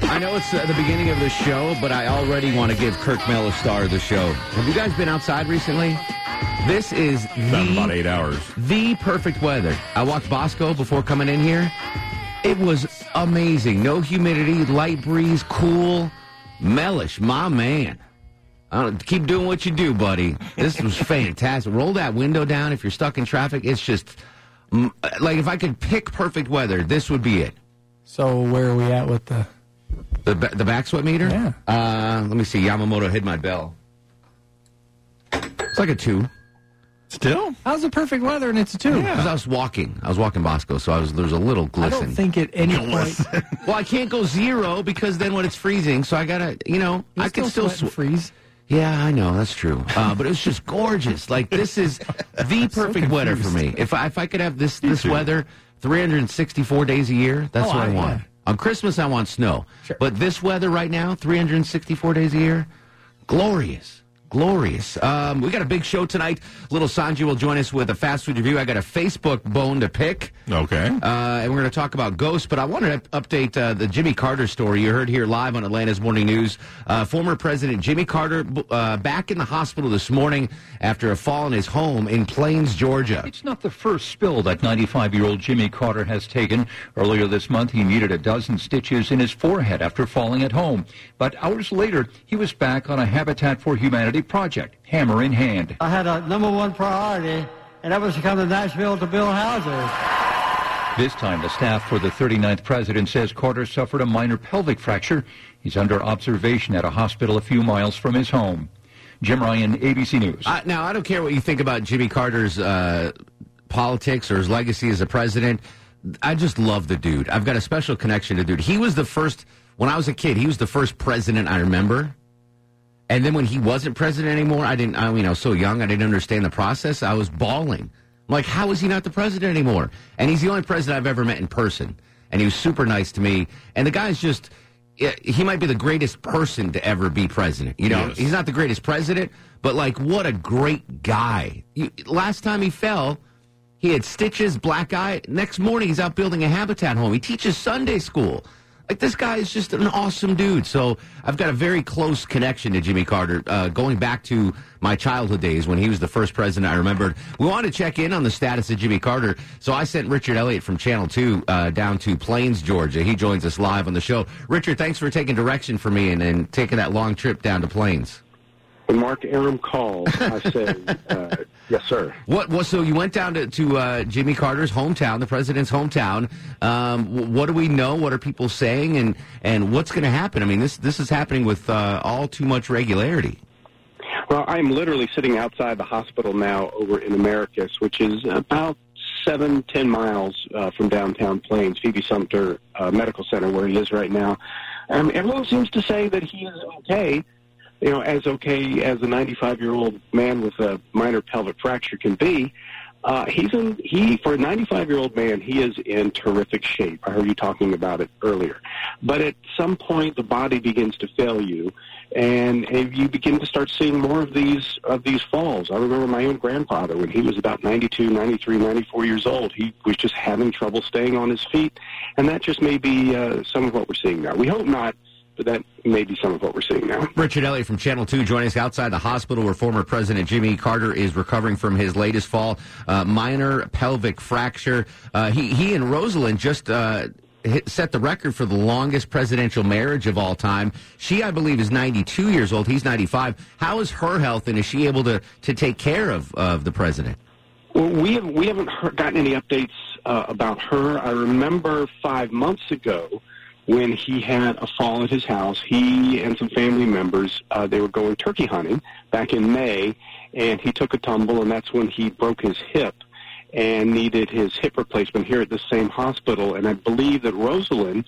know it's uh, the beginning of the show, but I already want to give Kirk Mel a star of the show. Have you guys been outside recently? This is Not in the about eight hours. the perfect weather. I walked Bosco before coming in here. It was amazing. No humidity, light breeze, cool. Mellish, my man. I don't, keep doing what you do, buddy. This was fantastic. Roll that window down if you're stuck in traffic. It's just mm, like if I could pick perfect weather, this would be it. So where are we at with the? The ba- the back sweat meter. Yeah. Uh, let me see. Yamamoto hid my bell. It's like a two. Still? How's the perfect weather and it's a two? 'Cause I was walking. I was walking Bosco, so I was there was a little I glisten. don't think at any point. Well, I can't go zero because then when it's freezing, so I gotta, you know, I can still, sweat and sw- freeze. Yeah, I know that's true. Uh, but it was just gorgeous. Like this is the perfect weather for me. If I, if I could have this this weather 364 days a year, that's Oh, what I, I- want. yeah. On Christmas, I want snow. Sure. But this weather right now, 364 days a year, glorious. Glorious. Um, we got a big show tonight. Little Sanji will join us with a fast food review. I got a Facebook bone to pick. Uh, Okay. and we're going to talk about ghosts, but I wanted to update uh, the Jimmy Carter story you heard here live on Atlanta's Morning News. Uh, former President Jimmy Carter b- uh, back in the hospital this morning after a fall in his home in Plains, Georgia. It's not the first spill that 95 year old Jimmy Carter has taken. Earlier this month, he needed a dozen stitches in his forehead after falling at home. But hours later, he was back on a Habitat for Humanity project, hammer in hand. I had a number one priority, and that was to come to Nashville to build houses. This time, the staff for the 39th president says Carter suffered a minor pelvic fracture. He's under observation at a hospital a few miles from his home. Jim Ryan, ABC News. Uh, now, I don't care what you think about Jimmy Carter's uh, politics or his legacy as a president. I just love the dude. I've got a special connection to the dude. He was the first, when I was a kid, he was the first president I remember. And then when he wasn't president anymore, I didn't, I mean, I was so young, I didn't understand the process. I was bawling. I'm like, how is he not the president anymore? And he's the only president I've ever met in person. And he was super nice to me. And the guy's just, yeah, he might be the greatest person to ever be president. You know, Yes. he's not the greatest president, but like, what a great guy. You, last time he fell, he had stitches, black eye. Next morning, he's out building a habitat home. He teaches Sunday school. Like, this guy is just an awesome dude. So, I've got a very close connection to Jimmy Carter, uh, going back to my childhood days when he was the first president I remembered. We wanted to check in on the status of Jimmy Carter. So, I sent Richard Elliott from Channel 2 uh, down to Plains, Georgia. He joins us live on the show. Richard, thanks for taking direction for me and, and taking that long trip down to Plains. When Mark Aram calls, I say, uh, yes, sir. What was so you went down to, to uh, Jimmy Carter's hometown, the president's hometown. Um, wh- what do we know? What are people saying? And and what's going to happen? I mean, this this is happening with uh, all too much regularity. Well, I'm literally sitting outside the hospital now over in Americus, which is about seven, ten miles uh, from downtown Plains, Phoebe Sumter uh, Medical Center, where he is right now. Um, everyone seems to say that he is okay, you know, as okay as a 95 year old man with a minor pelvic fracture can be. Uh, he's in he for a 95 year old man he is in terrific shape i heard you talking about it earlier but at some point the body begins to fail you and, and you begin to start seeing more of these of these falls i remember my own grandfather when he was about 92 93 94 years old he was just having trouble staying on his feet and that just may be uh, some of what we're seeing now we hope not but that may be some of what we're seeing now Richard Elliott from Channel 2 joining us outside the hospital where former President Jimmy Carter is recovering from his latest fall, uh, minor pelvic fracture. Uh, he, he and Rosalind just uh, hit, set the record for the longest presidential marriage of all time. She, I believe, is 92 years old. He's 95. How is her health, and is she able to, to take care of, of the president? Well, we have we haven't heard, gotten any updates uh, about her. I remember five months ago when he had a fall at his house. He and some family members uh, they were going turkey hunting back in May, and he took a tumble, and that's when he broke his hip and needed his hip replacement here at the same hospital. And I believe that Rosalind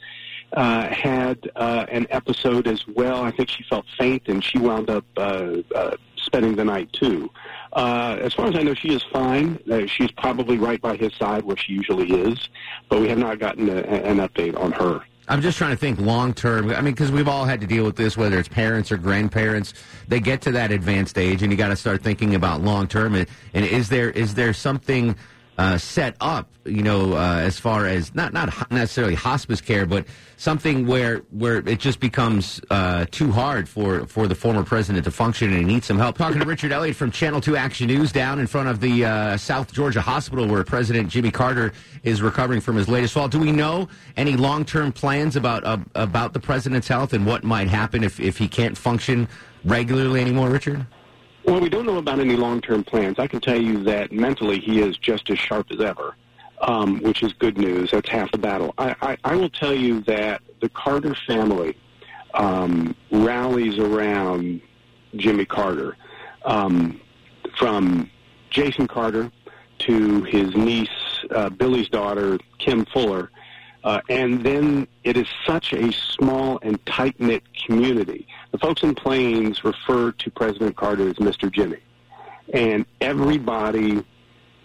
uh, had uh, an episode as well. I think she felt faint and she wound up uh, uh, spending the night too. Uh, as far as I know, she is fine. Uh, she's probably right by his side where she usually is, but we have not gotten a, an update on her. I'm just trying to think long term. I mean, because we've all had to deal with this, whether it's parents or grandparents. They get to that advanced age, and you got to start thinking about long term. And, and is there is there something uh, set up, you know, uh, as far as not not ho- necessarily hospice care, but something where where it just becomes uh, too hard for for the former president to function and he needs some help. Talking to Richard Elliott from Channel Two Action News down in front of the uh, South Georgia Hospital where President Jimmy Carter is recovering from his latest fall. Do we know any long term plans about uh, about the president's health and what might happen if if he can't function regularly anymore, Richard? Well, we don't know about any long term plans. I can tell you that mentally he is just as sharp as ever, um, which is good news. That's half the battle. I, I, I will tell you that the Carter family um, rallies around Jimmy Carter, um, from Jason Carter to his niece, uh, Billy's daughter, Kim Fuller. Uh, and then it is such a small and tight knit community. The folks in Plains refer to President Carter as Mr. Jimmy, and everybody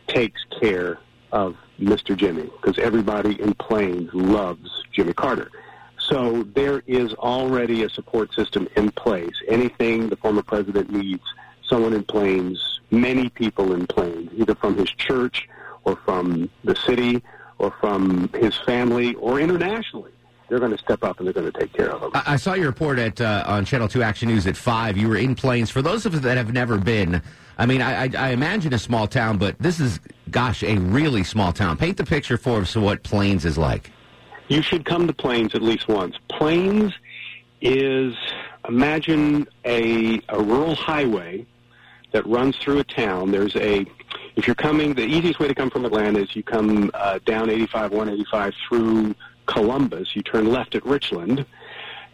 takes care of Mr. Jimmy because everybody in Plains loves Jimmy Carter. So there is already a support system in place. Anything the former president needs, someone in Plains, many people in Plains, either from his church or from the city or from his family or internationally, they're going to step up and they're going to take care of him. I I saw your report at uh, on Channel Two Action News at five. You were in Plains. For those of us that have never been, I mean, I, I, I imagine a small town, but this is, gosh, a really small town. Paint the picture for us of what Plains is like. you should come to Plains at least once. Plains is imagine a a rural highway that runs through a town. There's a if you're coming, the easiest way to come from Atlanta is you come uh, down 85, 185 through Columbus. You turn left at Richland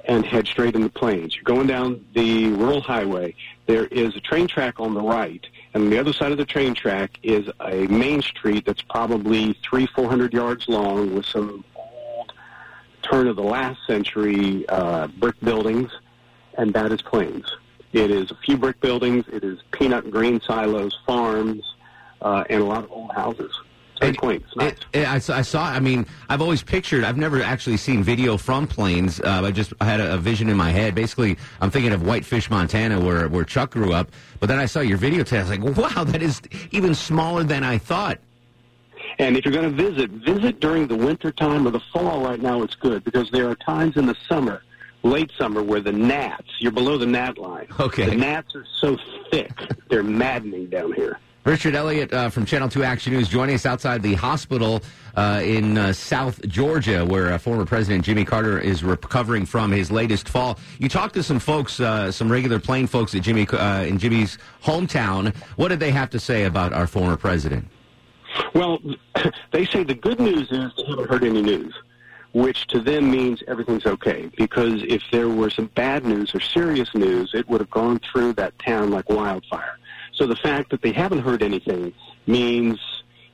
and head straight into Plains. You're going down the rural highway. There is a train track on the right, and on the other side of the train track is a main street that's probably three, four hundred yards long with some old turn of the last century uh, brick buildings, and that is Plains. It is a few brick buildings. It is peanut green silos, farms, uh, and a lot of old houses. It's very quaint. It's nice. It, it, I, saw- I saw. I mean, I've always pictured. I've never actually seen video from planes. Uh, I just I had a, a vision in my head. Basically, I'm thinking of Whitefish, Montana, where where Chuck grew up. But then I saw your video today. I was like, wow, that is even smaller than I thought. And if you're going to visit, visit during the winter time or the fall. Right now, it's good because there are times in the summer, late summer, where the gnats. You're below the gnat line. Okay. The gnats are so thick; they're maddening down here. Richard Elliott uh, from Channel 2 Action News joining us outside the hospital uh, in uh, South Georgia, where uh, former President Jimmy Carter is recovering from his latest fall. You talked to some folks, uh, some regular plane folks at Jimmy uh, in Jimmy's hometown. What did they have to say about our former president? Well, they say the good news is they haven't heard any news, which to them means everything's okay. Because if there were some bad news or serious news, it would have gone through that town like wildfire. So the fact that they haven't heard anything means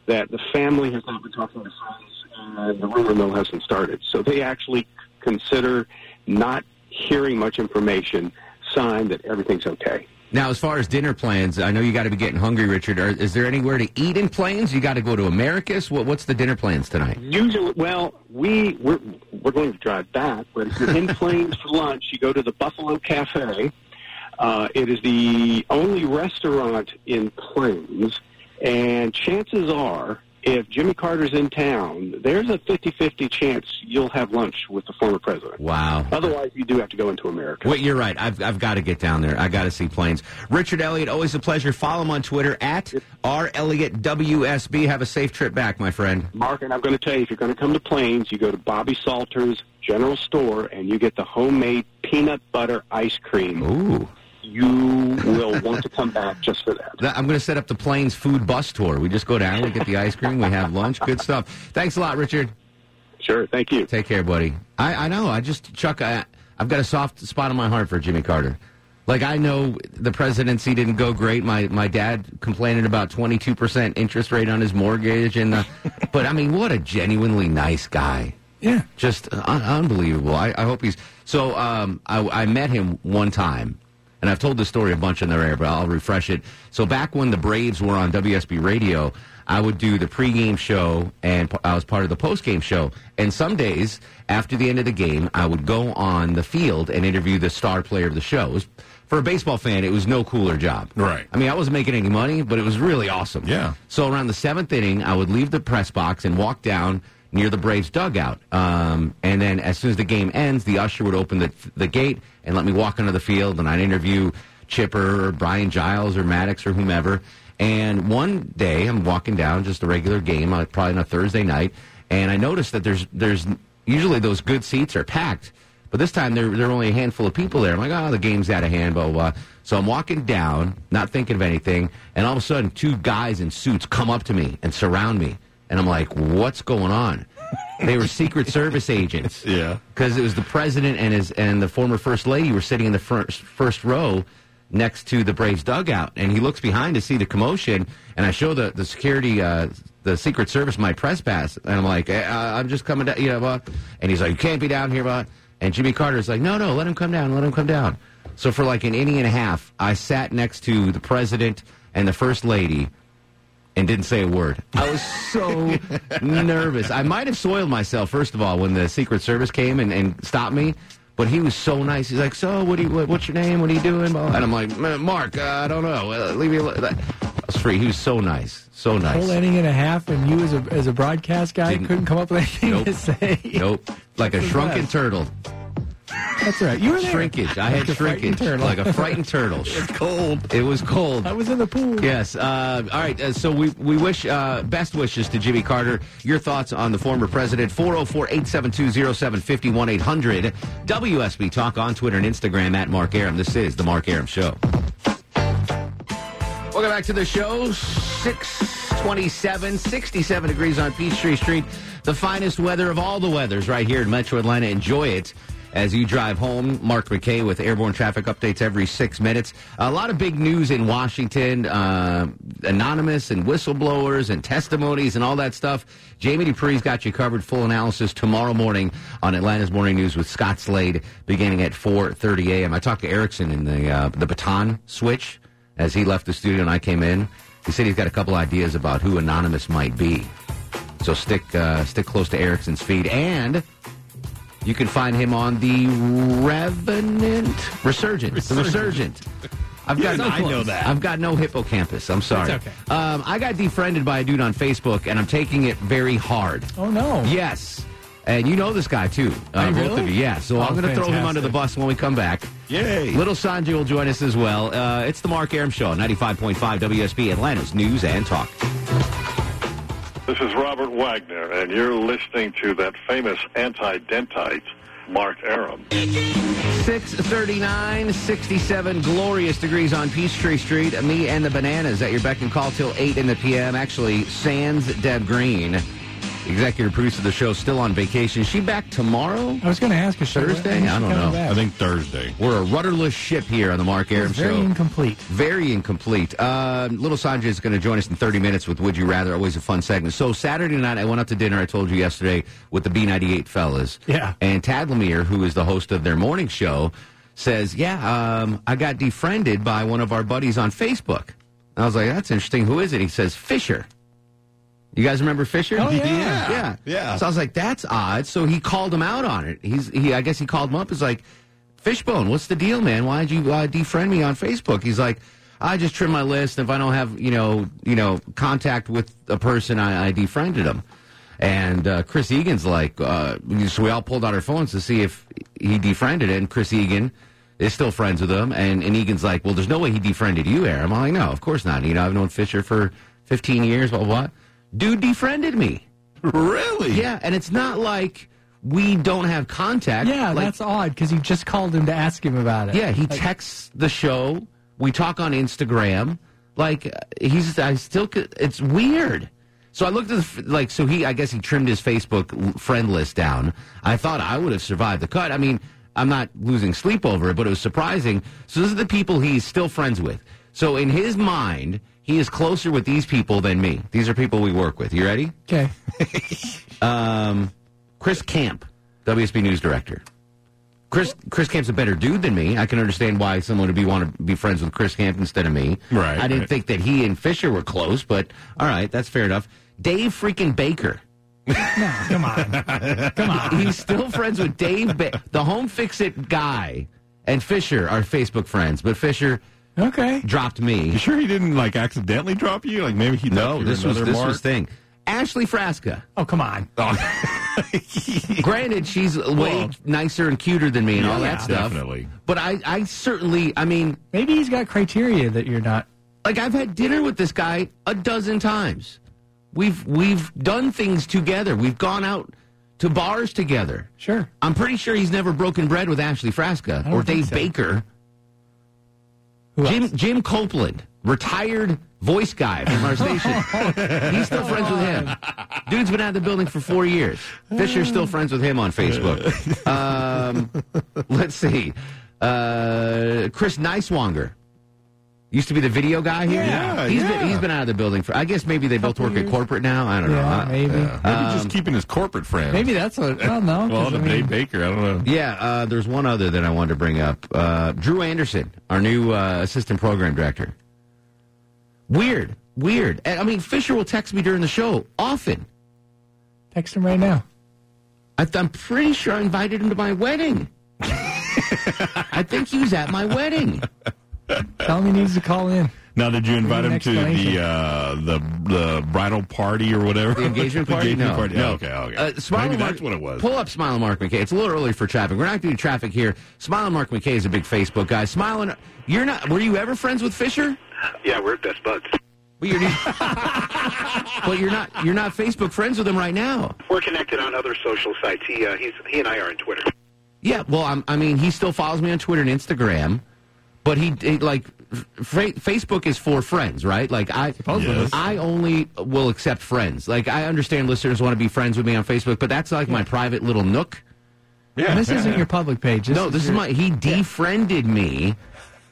that the family has not been talking to friends and the rumor mill hasn't started. So they actually consider not hearing much information sign that everything's okay. Now, as far as dinner plans, I know you got to be getting hungry, Richard. Are, is there anywhere to eat in planes? You got to go to Americus. What, what's the dinner plans tonight? Usually, well, we we're, we're going to drive back, but if you're in Plains for lunch, you go to the Buffalo Cafe. Uh, it is the only restaurant in Plains, and chances are, if Jimmy Carter's in town, there's a 50-50 chance you'll have lunch with the former president. Wow. Otherwise, you do have to go into America. Wait, you're right. I've, I've got to get down there. I got to see planes. Richard Elliott, always a pleasure. Follow him on Twitter at R Elliott WSB. Have a safe trip back, my friend. Mark, and I'm going to tell you, if you're going to come to Plains, you go to Bobby Salter's General Store, and you get the homemade peanut butter ice cream. Ooh. you will want to come back just for that. That- I'm going to set up the planes food bus tour. We just go down, we get the ice cream, we have lunch. Good stuff. Thanks a lot, Richard. Sure, thank you. Take care, buddy. I, I know. I just, Chuck, I, I've got a soft spot in my heart for Jimmy Carter. Like, I know the presidency didn't go great. My, my dad complaining about 22% interest rate on his mortgage. and uh, But, I mean, what a genuinely nice guy. uh, Yeah. just un- unbelievable. I, I hope he's so. Um, I, I met him one time, and I've told this story a bunch in their air, but I'll refresh it. So back when the Braves were on WSB Radio, I would do the pregame show, and p- I was part of the postgame show. And some days after the end of the game, I would go on the field and interview the star player of the show. It was, for a baseball fan, it was no cooler job. Right. I mean, I wasn't making any money, but it was really awesome. Yeah. So around the seventh inning, I would leave the press box and walk down near the Braves dugout. Um, and then as soon as the game ends, the usher would open the the gate and let me walk onto the field, and I'd interview Chipper or Brian Giles or Maddox or whomever. And one day, I'm walking down just a regular game, uh, probably on a Thursday night, and I noticed that there's there's usually those good seats are packed. But this time there, there were only a handful of people there. I'm like, oh, the game's out of hand, blah, blah, blah. So I'm walking down, not thinking of anything, and all of a sudden two guys in suits come up to me and surround me. And I'm like, what's going on? They were Secret Service agents. Yeah. Because it was the president and his and the former first lady were sitting in the first, first row next to the Braves dugout, and he looks behind to see the commotion. And I show the the security, uh, the Secret Service, my press pass, and I'm like, eh, uh, I'm just coming down, you know. Blah. And he's like, you can't be down here, blah. And Jimmy Carter's like, no, no, let him come down, let him come down. So for like an inning and a half, I sat next to the president and the first lady and didn't say a word. I was so nervous. I might have soiled myself, first of all, when the Secret Service came and, and stopped me. But he was so nice. He's like, "So, what do you? What, what's your name? What are you doing?" Blah, blah. And I'm like, "Man, "Mark, uh, I don't know. Uh, leave me." alone." I was free. He was so nice, so nice. Whole inning and a half, and you as a as a broadcast guy Didn't- couldn't come up with anything Nope. to say. Nope, like a That's the shrunken best. turtle. That's right. You were there. Shrinkage. I had Like a frightened shrinkage, turtle. like a frightened turtle. Cold. It was cold. I was in the pool. Yes. Uh, all right. Uh, so we, we wish uh, best wishes to Jimmy Carter. Your thoughts on the former president? 404 872 0750 800 WSB Talk on Twitter and Instagram at Mark Aram. This is The Mark Aram Show. Welcome back to the show. 627, 67 degrees on Peachtree Street. The finest weather of all the weathers right here in Metro Atlanta. Enjoy it as you drive home. Mark McKay with airborne traffic updates every six minutes. A lot of big news in Washington. Uh, anonymous and whistleblowers and testimonies and all that stuff. Jamie Dupree's got you covered. Full analysis tomorrow morning on Atlanta's Morning News with Scott Slade beginning at 4.30 a.m. I talked to Erickson in the, uh, the baton switch as he left the studio and I came in. He said he's got a couple ideas about who Anonymous might be. So stick uh, stick close to Erickson's feed, and you can find him on the Revenant Resurgent. The Resurgent. I've You got and I know that. I've got no hippocampus. I'm sorry. It's okay. Um, I got defriended by a dude on Facebook, and I'm taking it very hard. Oh no. Yes. And you know this guy too, uh, Hey, both really? of you. Yeah. So Oh, I'm going to throw him fantastic. under the bus when we come back. Yay. Little Sanjay will join us as well. Uh, it's the Mark Aram Show, 95.5 WSB, Atlanta's news and talk. This is Robert Wagner, and you're listening to that famous anti-dentite, Mark Aram. 639, 67 glorious degrees on Peachtree Street. Me and the Bananas at your beck and call till 8 in the p.m. Actually, Sans Deb Green, executive producer of the show, still on vacation. She back tomorrow? I was going to ask a show. Thursday? I don't know. I think Thursday. We're a rudderless ship here on the Mark Aram it's very Show. incomplete. Very incomplete. Uh, Little Sanjay is going to join us in 30 minutes with Would You Rather. Always a fun segment. So Saturday night, I went out to dinner. I told you yesterday with the B98 fellas. Yeah. And Tad Lemire, who is the host of their morning show, says, "Yeah, um, I got defriended by one of our buddies on Facebook." And I was like, "That's interesting. Who is it?" He says, "Fisher." You guys remember Fisher? Oh, yeah. yeah, Yeah. Yeah. So I was like, "That's odd." So he called him out on it. He's he. I guess he called him up. He's like, "Fishbone, what's the deal, man? Why'd you uh, defriend me on Facebook?" He's like, "I just trim my list. If I don't have you know you know contact with a person, I, I defriended him." And uh, Chris Egan's like, uh, so we all pulled out our phones to see if he defriended it. And Chris Egan is still friends with him. And, and Egan's like, well, there's no way he defriended you, Aaron. I'm like, no, of course not. You know, I've known Fisher for 15 years, blah, blah, blah. Dude defriended me. Really? Yeah, and it's not like we don't have contact. Yeah, like, that's odd because you just called him to ask him about it. yeah, he texts the show. We talk on Instagram. Like uh, he's, I still, c- it's weird. So I looked at the, f- like, so he, I guess he trimmed his Facebook l- friend list down. I thought I would have survived the cut. I mean, I'm not losing sleep over it, but it was surprising. So this is the people he's still friends with. So in his mind, he is closer with these people than me. These are people we work with. You ready? Okay. Um, Chris Camp, WSB News Director. Chris Chris Camp's a better dude than me. I can understand why someone would be want to be friends with Chris Camp instead of me. Right, I didn't right. think that he and Fisher were close, but all right, that's fair enough. Dave freaking Baker. Come on. Come on. He's still friends with Dave, ba- the Home Fix It guy, and Fisher are Facebook friends. But Fisher Okay. dropped me. You sure he didn't like accidentally drop you? Like maybe he thought you No, were Oh, this was another this mark? was thing. Ashley Frasca. Oh, come on. Granted, she's way Well- nicer and cuter than me and all Yeah, that stuff. definitely. But I, I certainly, I mean, Maybe he's got criteria that you're not. like I've had dinner with this guy a dozen times. We've we've done things together. We've gone out to bars together. Sure. I'm pretty sure he's never broken bread with Ashley Frasca don't or think Dave so. Baker. Who Jim else? Jim Copeland, retired voice guy from our station. he's still friends with him. Dude's been out of the building for four years. Fisher's still friends with him on Facebook. Um, let's see. Uh, Chris Neiswanger. Used to be the video guy here. Yeah, he's yeah. been he's been out of the building for. I guess maybe they both work at corporate now. I don't know. Uh, um, Yeah, I- maybe. Maybe just keeping his corporate friends. Maybe that's what. I don't know. 'cause, Well, I the mean, Dave Baker, I don't know. Yeah, uh, there's one other that I wanted to bring up. Uh, Drew Anderson, our new uh, assistant program director. Weird, weird. And, I mean, Fisher will text me during the show often. text him right now. I th- I'm pretty sure I invited him to my wedding. I think he was at my wedding. Tell him he needs to call in. Now, did you invite an him to the explanation. uh, the the bridal party or whatever? The engagement party? engagement No, party. no. Oh, okay, okay. Uh, smile Maybe and that's Mark- what it was. Pull up Smile and Mark McKay. It's a little early for traffic. We're not doing traffic here. Smile and Mark McKay is a big Facebook guy. Smile and you're not. Were you ever friends with Fisher? Yeah, we're best buds. But you're, but you're not. You're not Facebook friends with him right now. We're connected on other social sites. He uh, he's he and I are on Twitter. Yeah, well, I'm, I mean, he still follows me on Twitter and Instagram, but he, he, like f- fa- Facebook is for friends, right? Like I, Yes. I only will accept friends. Like I understand listeners want to be friends with me on Facebook, but that's like my private little nook. yeah. This isn't your public page. No, this is your- my. He defriended me,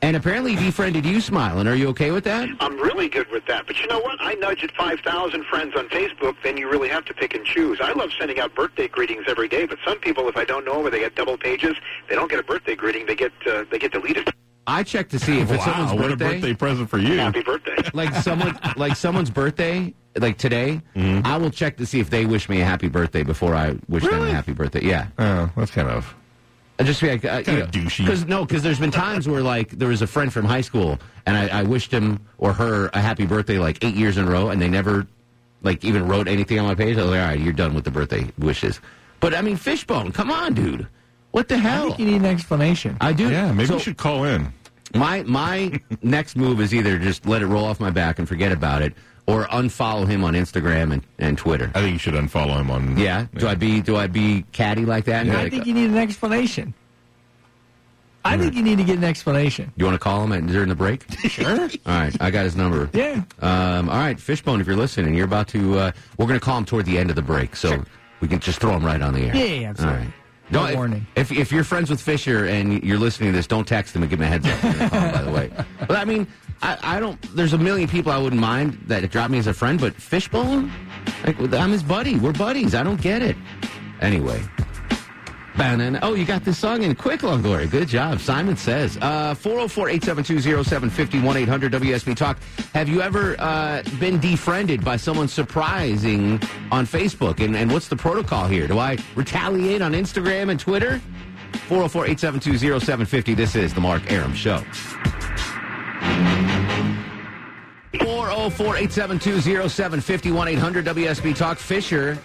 and apparently he defriended you, smiling. Are you okay with that? I'm really good with that. But you know what? I nudge at 5,000 friends on Facebook. Then you really have to pick and choose. I love sending out birthday greetings every day. But some people, if I don't know them or they get double pages, they don't get a birthday greeting. They get uh, they get deleted. I check to see if it's wow, someone's what a birthday present for you. Happy birthday. like someone like someone's birthday like today Mm-hmm. i will check to see if they wish me a happy birthday before i wish them a happy birthday yeah Oh, that's kind of. i just feel like uh, you Kinda know, douchey. Cause, no because there's been times where like there was a friend from high school and I, I wished him or her a happy birthday like eight years in a row and they never like even wrote anything on my page i was like all right you're done with the birthday wishes but i mean fishbone come on dude what the I hell think you need an explanation. I do. Yeah, maybe So- you should call in. my my next move is either just let it roll off my back and forget about it, or unfollow him on Instagram and, and Twitter. I think you should unfollow him on. Yeah. Do I be do I be catty like that? And be I like, think you need an explanation. I think you need to get an explanation. you want to call him at, during the break? Sure. all right, I got his number. Yeah. Um, all right, Fishbone, if you're listening, you're about to. Uh, we're going to call him toward the end of the break, so we can just throw him right on the air. Yeah, yeah, yeah, absolutely. All right. No if- warning. If, if you're friends with Fisher and you're listening to this, don't text him and give him a heads up. when they call him, by the way, but I mean, I, I don't. There's a million people I wouldn't mind that drop me as a friend, but Fishbone, like I'm his buddy. We're buddies. I don't get it. Anyway. Banana. Oh, you got this song in quick, Longoria. Good job. Simon says. uh, 404 872 751 800 WSB Talk. Have you ever uh, been defriended by someone surprising on Facebook? And, and what's the protocol here? Do I retaliate on Instagram and Twitter? 404 872 750. This is The Mark Aram Show. 404-872-0751-800 WSB Talk. Fisher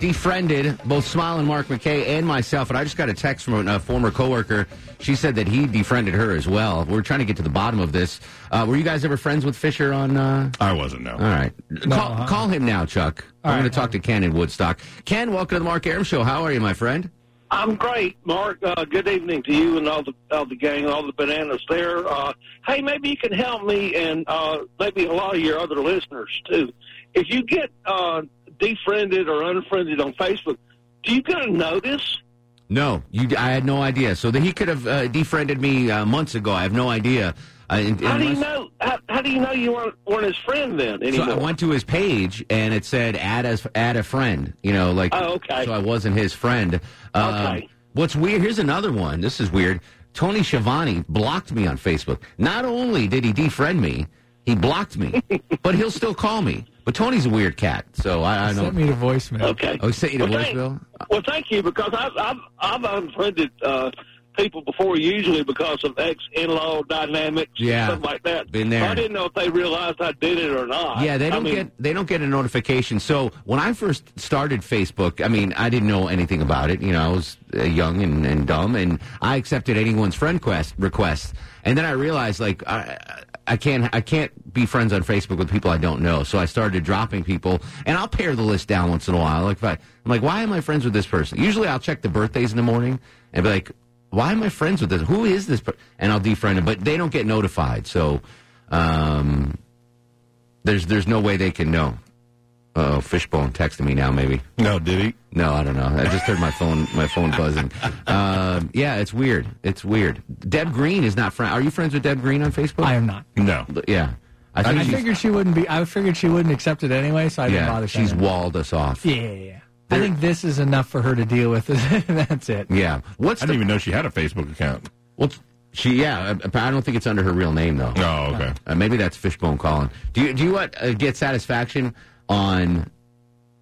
defriended both Smile and Mark McKay and myself, and I just got a text from a former coworker. She said that he defriended her as well. We're trying to get to the bottom of this. Uh, were you guys ever friends with Fisher on? Uh... I wasn't, no. All right, call, call him now, Chuck. I'm going to talk to Ken in Woodstock. Ken, welcome to the Mark Aram Show. How are you, my friend? I'm great, Mark. Uh, good evening to you and all the all the gang, all the bananas there. Uh, hey, maybe you can help me and uh, maybe a lot of your other listeners too. If you get uh, defriended or unfriended on Facebook, do you get a notice? No, you. I had no idea. So that he could have uh, defriended me uh, months ago. I have no idea. Uh, in- How do you unless- know? How, how do you know you weren't, weren't his friend then So anymore? I went to his page and it said add as add a friend. You know, like Oh, okay. So I wasn't his friend. Um, Okay. What's weird? Here's another one. This is weird. Tony Schiavone blocked me on Facebook. Not only did he defriend me, he blocked me, but he'll still call me. But Tony's a weird cat, so I, I know. Sent me to voicemail. Okay. Oh, he sent you to Well, thank- voicemail. Well, thank you because I've I've, I've unfriended uh, people before usually because of ex in law dynamics, Yeah. and stuff like that. Been there. I didn't know if they realized I did it or not. Yeah, they I don't mean, get they don't get a notification. So when I first started Facebook, I mean, I didn't know anything about it. You know, I was uh, young and, and dumb, and I accepted anyone's friend quest request. And then I realized, like, I, I can't I can't be friends on Facebook with people I don't know. So I started dropping people, and I'll pare the list down once in a while. Like, if I, I'm like, why am I friends with this person? Usually, I'll check the birthdays in the morning and be like, why am I friends with this? Who is this? Per-? And I'll defriend them, but they don't get notified. So. Um, there's there's no way they can know. Oh, fishbone texted me now. Maybe No, did he? no, I don't know. I just heard my phone my phone buzzing. Um, yeah, it's weird. It's weird. Deb Green is not friend. Are you friends with Deb Green on Facebook? I am not. No. yeah, I think I she's, figured she wouldn't be. I figured she wouldn't accept it anyway, so I didn't yeah, bother. she's sending it. walled us off. Yeah, yeah, yeah. I think this is enough for her to deal with. That's it. Yeah. What's I the didn't even know she had a Facebook account. well? She yeah. I- I don't think it's under her real name though. Oh, okay. Uh, maybe that's fishbone calling. Do you do you what uh, get satisfaction on?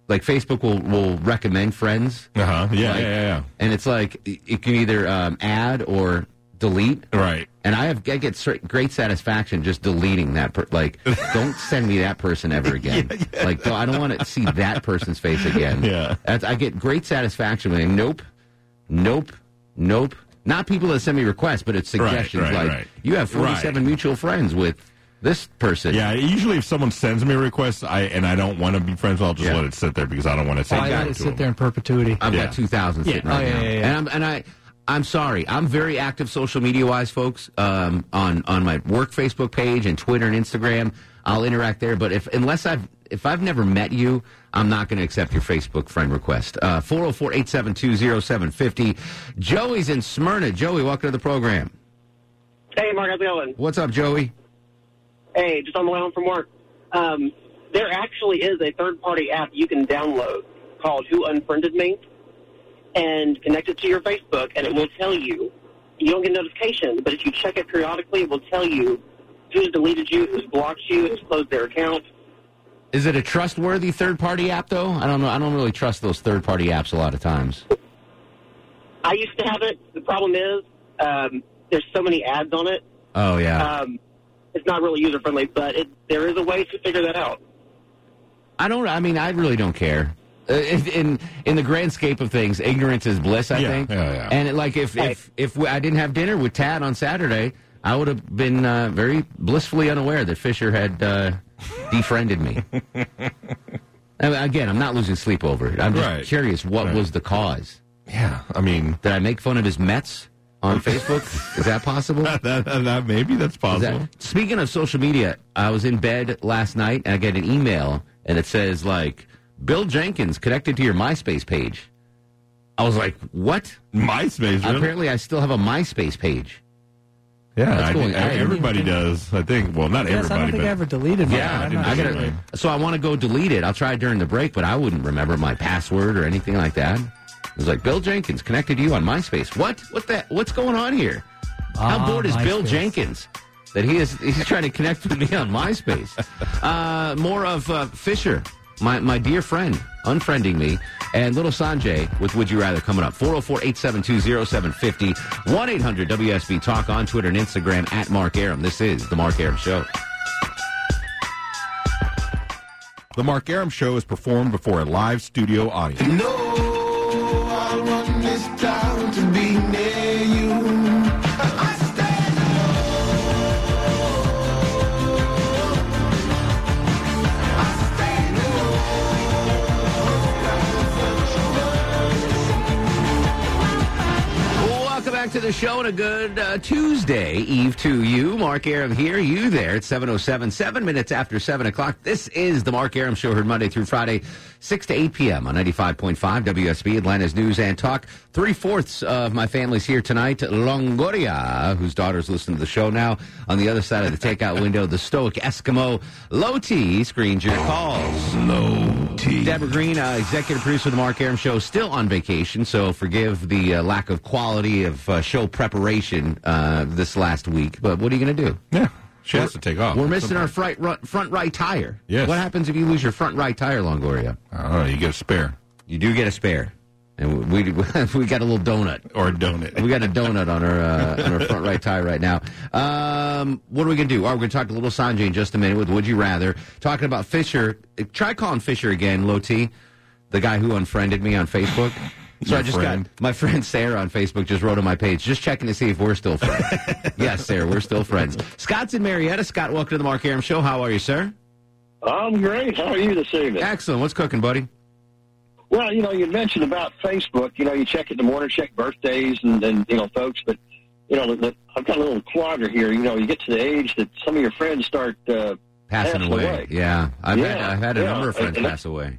Like Facebook will will recommend friends. Uh huh. Yeah, Like- yeah, yeah, and it's like y- you can either um, add or delete. yeah. Right. And I have I get cer- great satisfaction just deleting that. Per- like, don't send me that person ever again. Like, don't- I don't want to see that person's face again. Yeah. That's, I get great satisfaction when I- nope, nope, nope. Not people that send me requests, but it's Right, suggestions right, like right. you have forty-seven Right. mutual friends with this person. Yeah, usually if someone sends me a request, I and I don't want to be friends, I'll just Yeah. Oh, let it sit there because I don't want to say I no let to it sit them. there in perpetuity. I've Yeah. got two thousand sitting Yeah. right Oh, yeah, now, yeah, yeah. and I'm and I. I'm sorry. I'm very active social media wise, folks. Um, on on my work Facebook page and Twitter and Instagram, I'll interact there. But if unless I've if I've never met you, I'm not going to accept your Facebook friend request. Uh, 404-872-0750. Joey's in Smyrna. Joey, welcome to the program. Hey, Mark, how's it going? What's up, Joey? Hey, just on the way home from work. Um, there actually is a third party app you can download called Who Unfriended Me and connect it to your Facebook, and it will tell you. You don't get notifications, but if you check it periodically, it will tell you who's deleted you, who's blocked you, who's closed their account. Is it a trustworthy third party app though? I don't know. I don't really trust those third party apps a lot of times. I used to have it. The problem is um, there's so many ads on it. Oh yeah. Um, it's not really user friendly, but it, there is a way to figure that out. I don't. I mean, I really don't care. Uh, in- in in the grand scape of things, ignorance is bliss. I Yeah, think. yeah, yeah. And it, like, if if if we, I didn't have dinner with Tad on Saturday, I would have been uh, very blissfully unaware that Fisher had uh, defriended me. I mean, again, I'm not losing sleep over it. I'm just Right. curious. What Right. was the cause? Yeah, I mean Did I make fun of his Mets on Facebook? is that possible? that, that, that maybe that's Is possible. that- speaking of social media, I was in bed last night and I get an email and it says like Bill Jenkins connected to your MySpace page. I was like, what? MySpace, really? Apparently, I still have a MySpace page. yeah, that's I cool. think, uh, I didn't everybody even does. I think. Well, not Yes, I don't everybody, think I but ever deleted mine. Yeah, I I'm didn't not I either. sure. gotta, so I want to go delete it. I'll try it during the break, but I wouldn't remember my password or anything like that. It was like Bill Jenkins connected you on MySpace. What? What the? What's going on here? How Ah, bored is Bill MySpace. Jenkins that he is? He's trying to connect with me on MySpace. Uh, more of uh, Fisher, my my dear friend, unfriending me, and little Sanjay with Would You Rather coming up 404-872-0750, 1-800 WSB Talk on Twitter and Instagram at Mark Aram. This is the Mark Aram Show. the Mark Aram show is performed before a live studio audience. No, I want this town to be near you. I stand alone. I stand alone. Welcome back to the show and a good uh, Tuesday Eve to you. Mark Aram here, you there. It's 707, seven minutes after 7 o'clock. This is the Mark Aram Show, heard Monday through Friday, 6 to 8 p.m. on 95.5 WSB, Atlanta's News and Talk. Three fourths of my family's here tonight. Longoria, whose daughter's listening to the show now, on the other side of the takeout window, the stoic Eskimo Low T screens your calls. Low T. Deborah Green, uh, executive producer of the Mark Aram Show, still on vacation, so forgive the uh, lack of quality of uh, show preparation uh, this last week. But what are you going to do? Yeah, she has to take off. We're at missing some our point. front right, front right tire. Yes. What happens if you lose your front right tire, Longoria? Oh, you get a spare. You do get a spare. And we we we got a little donut or a donut. We got a donut on our uh, on our front right tie right now. Um, what are we gonna do? Are we gonna talk to little Sanjay in just a minute with Would You Rather? Talking about Fisher. Try calling Fisher again, Low T, the guy who unfriended me on Facebook. So Your I just friend. got my friend Sarah on Facebook just wrote on my page, just checking to see if we're still friends. yes, Sarah, we're still friends. Scott's in Marietta. Scott, welcome to the Mark Aram Show. How are you, sir? I'm great. How are you this evening? Excellent. What's cooking, buddy? Well, you know, you mentioned about Facebook. You know, you check it in the morning, check birthdays, and then you know, folks. But you know, the, the, I've got a little quagger here. You know, you get to the age that some of your friends start uh, Passing away. Yeah, I've had Yeah, I've had a yeah. number of friends And- and- pass away.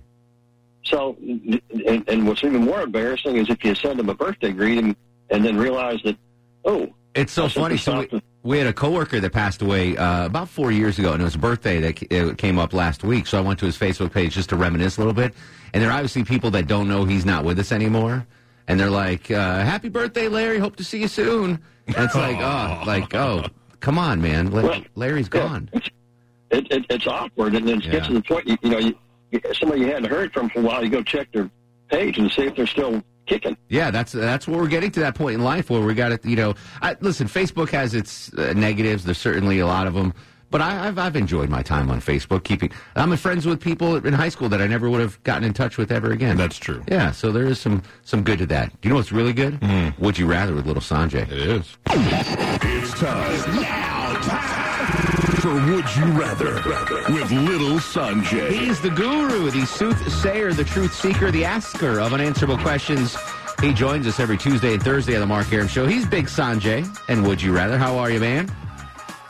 So, and, and what's even more embarrassing is if you send them a birthday greeting and then realize that, oh, It's so I should funny. be So we, stopping. we had a coworker that passed away uh, about four years ago, and it was a birthday that ca- it came up last week. So I went to his Facebook page just to reminisce a little bit. And there are obviously people that don't know he's not with us anymore, and they're like, uh, "Happy birthday, Larry! Hope to see you soon." And it's like, oh, like oh, come on, man! La- Well, Larry's gone. it, it, it's awkward, and then it gets to the point you, you know, you, you- somebody you hadn't heard from for a while, you go check their page and see if they're still kicking. Yeah, that's that's where we're getting to that point in life where we got to, you know, I, listen. Facebook has its uh, negatives. There's certainly a lot of them, but I, I've I've enjoyed my time on Facebook. Keeping I'm friends with people in high school that I never would have gotten in touch with ever again. That's true. Yeah, so there is some some good to that. Do you know what's really good? Would you rather with little Sanjay? It is. It's time now time for Would You Rather with Little Sanjay. He's the guru, the soothsayer, the truth seeker, the asker of unanswerable questions. He joins us every Tuesday and Thursday on the Mark Aram Show. He's Big Sanjay. And would you rather? How are you, man?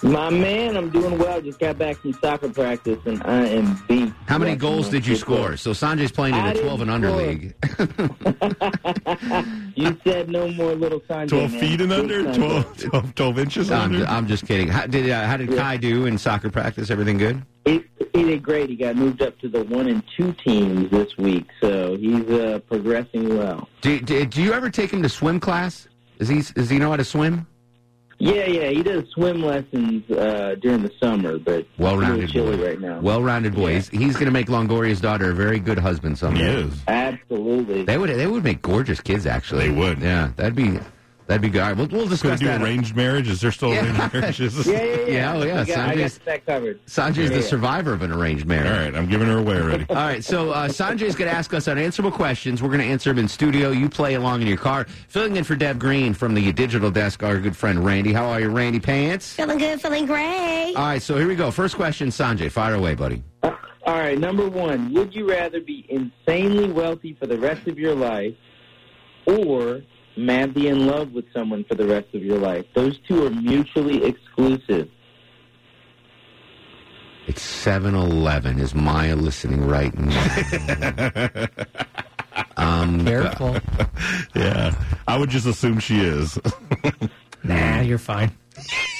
My man, I'm doing well. Just got back from soccer practice, and I am beat. How many goals did you score? So Sanjay's playing in I the didn't 12 and under score. league. You said no more little Sanjay. 12 man. feet and Little under? Sanjay. 12 inches No, I'm, under? ju- I'm just kidding. How did uh, how did Kai do in soccer practice? Everything good? He, he did great. He got moved up to the one and two teams this week, so he's uh, progressing well. Do, do, do you ever take him to swim class? Is he is he know how to swim? Yeah, yeah. He does swim lessons uh, during the summer, but Well-rounded it's really boy. chilly right now. Well-rounded boy. He's, he's going to make Longoria's daughter a very good husband someday. He is. Absolutely. They would they would make gorgeous kids actually. They would. Yeah, that'd be that'd be good. All right, we'll, we'll Could we discuss do that. arranged marriage? Is there still Yeah. arranged marriages? Yeah, yeah, yeah. Yeah, oh, yeah, I got, I got Sanjay's- that covered. Sanjay's Yeah. the survivor of an arranged marriage. All right, I'm giving her away already. All right, so uh, Sanjay's going to ask us unanswerable questions. We're going to answer them in studio. You play along in your car. Filling in for Deb Green from the digital desk, our good friend Randy. How are you, Randy Pants? Feeling good, feeling great. All right, so here we go. First question, Sanjay. Fire away, buddy. All right, number one, would you rather be insanely wealthy for the rest of your life or madly in love with someone for the rest of your life? Those two are mutually exclusive. It's 7 Eleven. Is Maya listening right now? um, Careful. yeah, I would just assume she is. nah, you're fine.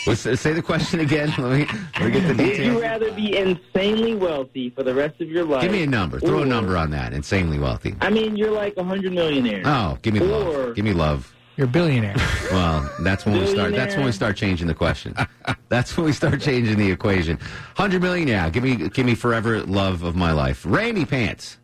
Let's, say the question again. Let me, let me get the Would you details. rather be insanely wealthy for the rest of your life? Give me a number. Throw or- a number on that. Insanely wealthy. I mean, you're like a hundred millionaire. Oh, give me or, love. Give me love. You're a billionaire. Well, that's when we start. That's when we start changing the question. That's when we start changing the equation. Hundred million, yeah. Give me, give me forever love of my life. Randy pants.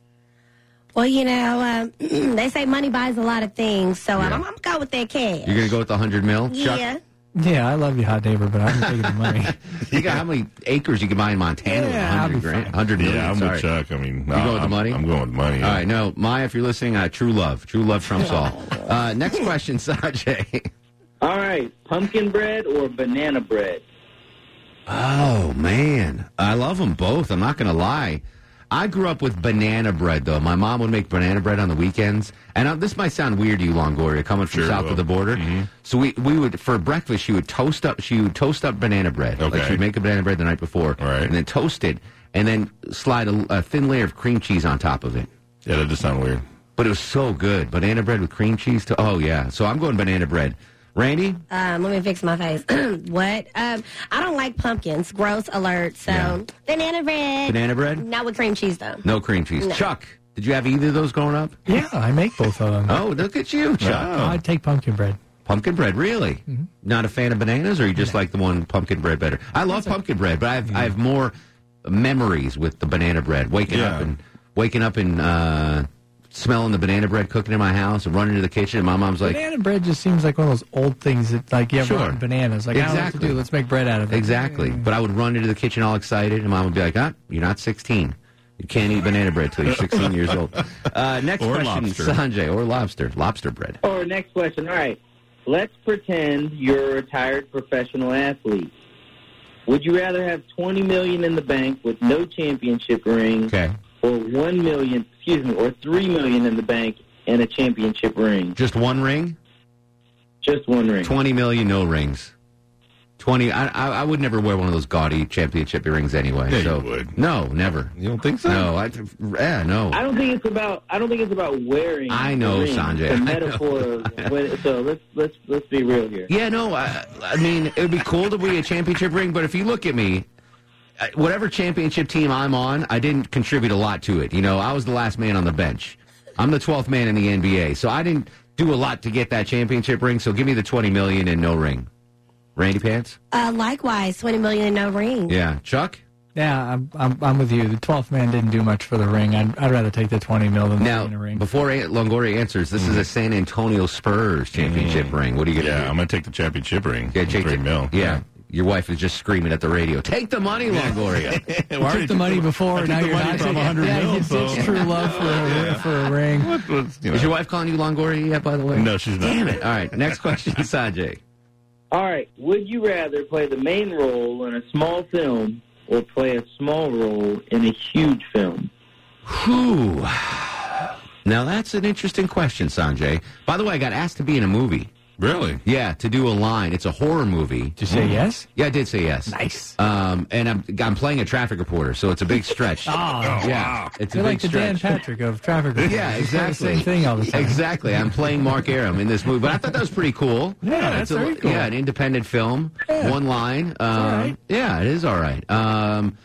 Well, you know, um, they say money buys a lot of things, so um, I'm, I'm going with that cash. You're gonna go with the hundred mil. Yeah. Yeah, I love you, hot neighbor, but I'm taking the money. You got how many acres you can buy in Montana Yeah, I'll with hundred be grand? fine. Hundred million. Yeah, I'm sorry. with Chuck. I mean, you nah, going with the I'm- money? I'm going with the money, yeah. All right, no, Maya, if you're listening, uh, true love, true love trumps all. Uh, next question, Sanjay. All right, pumpkin bread or banana bread? Oh man, I love them both. I'm not gonna lie. I grew up with banana bread, though. My mom would make banana bread on the weekends, and uh this might sound weird to you, Longoria, coming from Sure south will. Mm-hmm. of the border. So we, we would for breakfast she would toast up she would toast up banana bread. Okay. Like she'd make a banana bread the night before, and then toast it, and then slide a, a thin layer of cream cheese on top of it. Yeah, that does sound weird. But it was so good, banana bread with cream cheese. To oh yeah, so I'm going banana bread. Randy, Um, let me fix my face. what? Um, I don't like pumpkins. Gross alert. So banana bread. Banana bread? Not with cream cheese though. no cream cheese. No. Chuck, did you have either of those growing up? Yeah, I make both of them. Oh, look at you, Chuck. I'd Oh, take pumpkin bread. Pumpkin bread, really? Mm-hmm. Not a fan of bananas, or you just like the one pumpkin bread better? I love pumpkin bread, but I have I have more memories with the banana bread. Waking up and waking up and uh, smelling the banana bread cooking in my house and running to the kitchen, and my mom's like, banana bread just seems like one of those old things that, like, you have Sure. rotten bananas. Like, I don't know what to Exactly. do. Let's make bread out of it. exactly. But I would run into the kitchen all excited, and mom would be like, ah, you're not 16. You can't eat banana bread till you're 16 years old. Uh, next Or question, lobster. Sanjay, or lobster, lobster bread. Or next question. All right. Let's pretend you're a retired professional athlete. Would you rather have 20 million in the bank with no championship ring or 1 million, excuse me, or 3 million in the bank and a championship ring? Just one ring? Just one ring. 20 million, no rings. 20. I, I, I would never wear one of those gaudy championship rings anyway. Yeah, so, No, never. You don't think so? No, I, yeah, no. I don't think it's about I don't think it's about wearing I know, the ring. Sanjay. The I know. metaphor of what, so let's let's let's be real here. Yeah, no. I, I mean, it would be cool to be a championship ring, but if you look at me, I- whatever championship team I'm on, I didn't contribute a lot to it. You know, I was the last man on the bench. I'm the 12th man in the NBA, so I didn't do a lot to get that championship ring. So give me the 20 million and no ring. Randy Pants? Uh, likewise, twenty million and no ring. Yeah. Chuck? Yeah, I'm, I'm, I'm with you. The 12th man didn't do much for the ring. I'd, I'd rather take the 20 mil than Now, the ring. before Aunt Longoria answers, this is a San Antonio Spurs championship ring. What are you going to do? Mm. Yeah, I'm going to take the championship ring. Yeah, take three mil. Yeah. Your wife is just screaming at the radio. Take the money, Longoria. You took the money before, I now took the you're money not. from 100 yeah, mil, it's, it's so- true love for, a for a ring. Is your wife calling you Longoria yet, by the way? No, she's not. Damn it. All right, next question, Sanjay. All right. Would you rather play the main role in a small film or play a small role in a huge film? Whew. Now, that's an interesting question, Sanjay. By the way, I got asked to be in a movie. Really? Yeah, to do a line. It's a horror movie. Did you say yes? Yeah, I did say yes. Nice. Um, and I'm, I'm playing a traffic reporter, so it's a big stretch. Oh, Ah, yeah. It's a You're big like the stretch. Dan Patrick of traffic. Yeah, It's the exactly. Same thing all the time. Exactly. I'm playing Mark Aram in this movie, but I thought that was pretty cool. Yeah, that's it's a, very cool. Yeah, an independent film, one line. Um, all right. Yeah, it is all right. Um,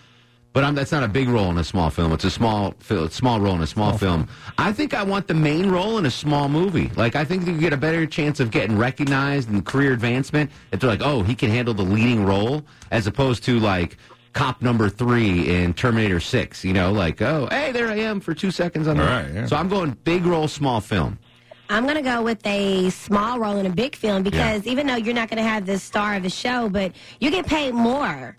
but I'm, that's not a big role in a small film. It's a small fil- small role in a small, film. I think I want the main role in a small movie. Like I think you get a better chance of getting recognized and career advancement if they're like, oh, he can handle the leading role as opposed to like. Cop number three in Terminator Six, you know, like oh hey there I am for two seconds on the All right, yeah. so I'm going big role small film. I'm gonna go with a small role in a big film because even though you're not gonna have the star of the show, but you get paid more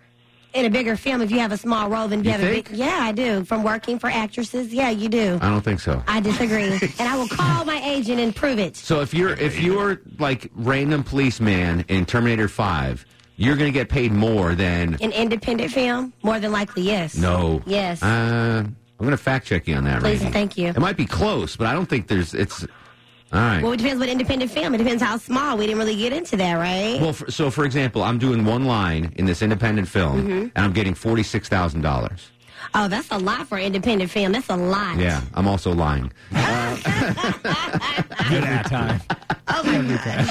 in a bigger film if you have a small role than if you, You have think? a big. Yeah, I do. From working for actresses, yeah, you do. I don't think so. I disagree, and I will call my agent and prove it. So if you're if you're like random policeman in Terminator Five, you're gonna get paid more than An independent film, more than likely, yes. no. Yes. Uh, I'm gonna fact check you on that. Please Randy. and thank you. It might be close, but I don't think there's it's. All right. Well, it depends what independent film. It depends how small. We didn't really get into that, right? Well, for, so for example, I'm doing one line in this independent film, Mhm. and I'm getting forty six thousand dollars. oh, that's a lot for an independent film. That's a lot. Yeah, I'm also lying. Every time. Oh, Every time.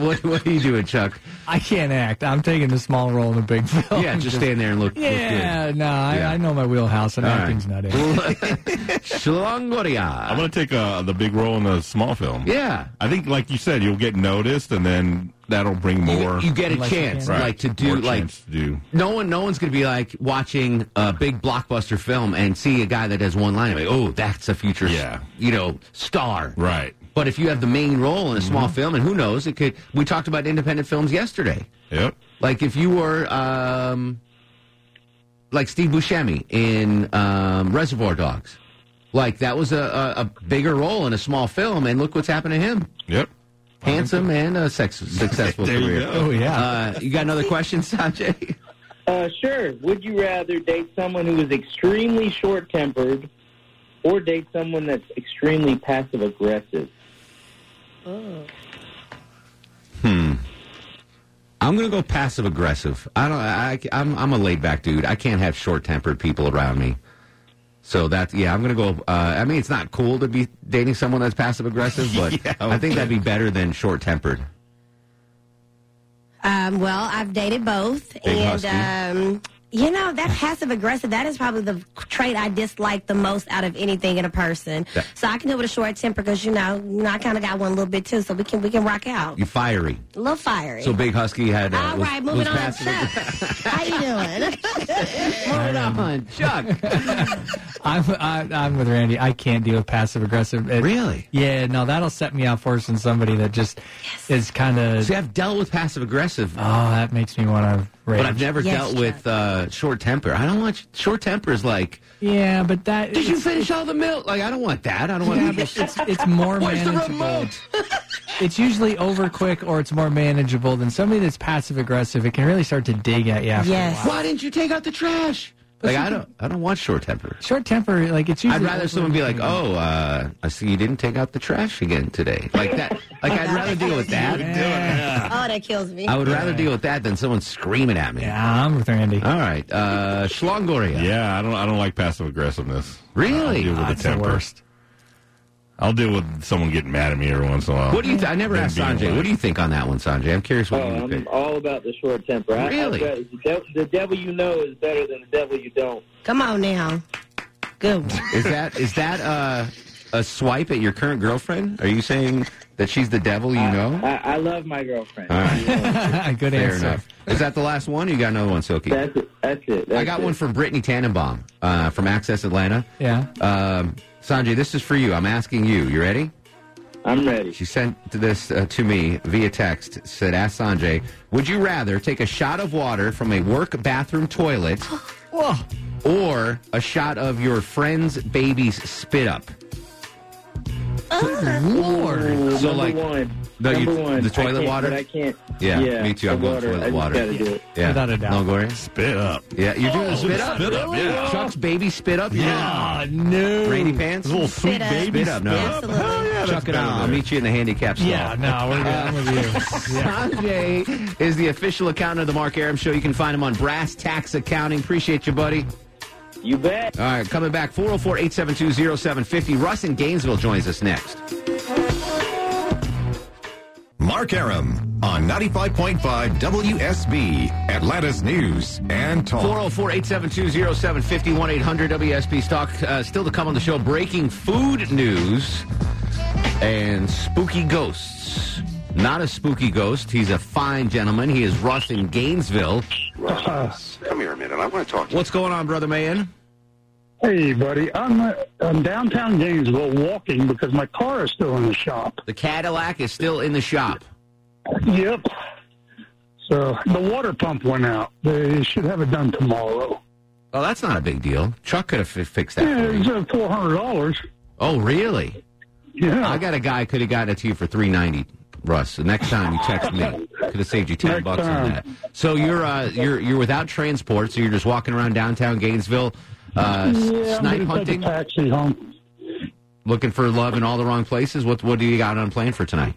what, what are you doing, Chuck? I can't act. I'm taking the small role in a big film. Yeah, just stand there and look- look Yeah, no, I, Yeah. I know my wheelhouse, and All right. acting's not it. Shlongoria. I'm going to take uh, the big role in the small film. Yeah. I think, like you said, you'll get noticed, and then that'll bring more. you get a chance, Right. like to do, More like chance to do. No one, no one's going to be like watching a big blockbuster film and see a guy that has one line. and be Like, oh, that's a future, yeah. you know, star. Right. But if you have the main role in a Mm-hmm. small film, and who knows, it could. We talked about independent films yesterday. Yep. Like if you were, um, like Steve Buscemi in um, Reservoir Dogs, like that was a, a, a bigger role in a small film, and look what's happened to him. Yep. Handsome and a sex, successful There you career. go. Oh, yeah. Uh, you got another question, Sanjay? Uh, sure. Would you rather date someone who is extremely short tempered or date someone that's extremely passive aggressive? Mm. Hmm. I'm gonna go passive aggressive. I don't. I, I'm I'm a laid back dude. I can't have short tempered people around me. So that's yeah. I'm gonna go. Uh, I mean, it's not cool to be dating someone that's passive aggressive, but I think that'd be better than short tempered. Um, well, I've dated both, Big husky. and um, you know that passive aggressive. That is probably the trait I dislike the most out of anything in a person. Yeah. So I can deal with a short temper because you know, you know, I kind of got one a little bit too. So we can we can rock out. You fiery. A little fiery. So big husky had. Uh, All was- right, was moving on. passive- Chuck, how you doing? moving on, Chuck. I'm I, I'm with Randy. I can't deal with passive aggressive. really? Yeah. No, that'll set me off worse than somebody that just is kind of. See, I've dealt with passive aggressive. Oh, that makes me want to. But I've never dealt with uh, short temper. I don't want short temper. Is like. Yeah, but that. Did you finish all the milk? Like I don't want that. I don't want. Yeah, but it's it's more Where's the manageable. remote? it's usually over quick or it's more manageable than somebody that's passive aggressive. It can really start to dig at you. After A while. Why didn't you take out the trash? Like I don't. I don't want short temper. Short temper, like it's I'd usually. rather over- someone be like, "Oh, uh, I see you didn't take out the trash again today." Like that. Like I'd rather deal with that. Oh, that kills me. I would rather deal with that than someone screaming at me. Yeah, I'm with Randy. All right, uh, Schlongoria. Yeah, I don't. I don't like passive aggressiveness. Really? I'll deal with Ah, the it's the temper. I'll deal with someone getting mad at me every once in a while. What do you? Th- I never Then asked being Sanjay. like- What do you think on that one, Sanjay? I'm curious what you Oh, would I'm think. all about the short temper. I- I've Really? got- the, devil, the devil you know is better than the devil you don't. Come on now. Good. one. Is that is that uh, a swipe at your current girlfriend? Are you saying that she's the devil? You know. I, I love my girlfriend. All right. Uh, Good Fair answer. enough. Is that the last one? Or you got another one, Silky? That's it. That's it. I got one from Brittany Tannenbaum uh, from Access Atlanta. Yeah. Um, Sanjay, this is for you. I'm asking you. You ready? I'm ready. She sent this uh, to me via text. Said, "Ask Sanjay, would you rather take a shot of water from a work bathroom toilet, or a shot of your friend's baby's spit up?" Lord. So, number like, Oh, one. no, you- number one. the I toilet can't- water? but I can't. Yeah, me too. the I'm going water. toilet I water. Just gotta do it. Yeah, Without a doubt. Longoria? Spit up. Yeah, you're doing Oh, a spit up. spit up, yeah. Chuck's baby spit up. Yeah, no. Brady pants. Little sweet spit baby Spit up. No. spit up. Absolutely. Hell yeah, that's Chuck and better I'll, I'll there. meet you in the handicap stall. Yeah, no, we're good. I'm with you. Yeah. Sanjay is the official accountant of the Mark Aram Show. You can find him on Brass Tax Accounting. Appreciate you, buddy. You bet. All right, coming back 404 872 0750. Russ in Gainesville joins us next. Mark Aram on 95.5 WSB, Atlanta's news and talk. 404 872 0750 1 800 WSB Stock. Uh, still to come on the show, breaking food news and spooky ghosts. Not a spooky ghost. He's a fine gentleman. He is Russ in Gainesville. Russ, come here a minute. I want to talk to you. What's going on, Brother Man? Hey, buddy. I'm, uh, I'm downtown Gainesville walking because my car is still in the shop. The Cadillac is still in the shop. Yep. So the water pump went out. They should have it done tomorrow. Oh, that's not a big deal. Chuck could have f- fixed that. Yeah, for you. it's uh, $400. Oh, really? Yeah. I got a guy could have gotten it to you for three ninety. Russ, the next time you text me, could have saved you ten Next bucks on time. that. So you're uh, you're you're without transport, so you're just walking around downtown Gainesville, uh, s- yeah, I'm snipe gonna hunting, Take a taxi home. looking for love in all the wrong places. What what do you got on plan for tonight?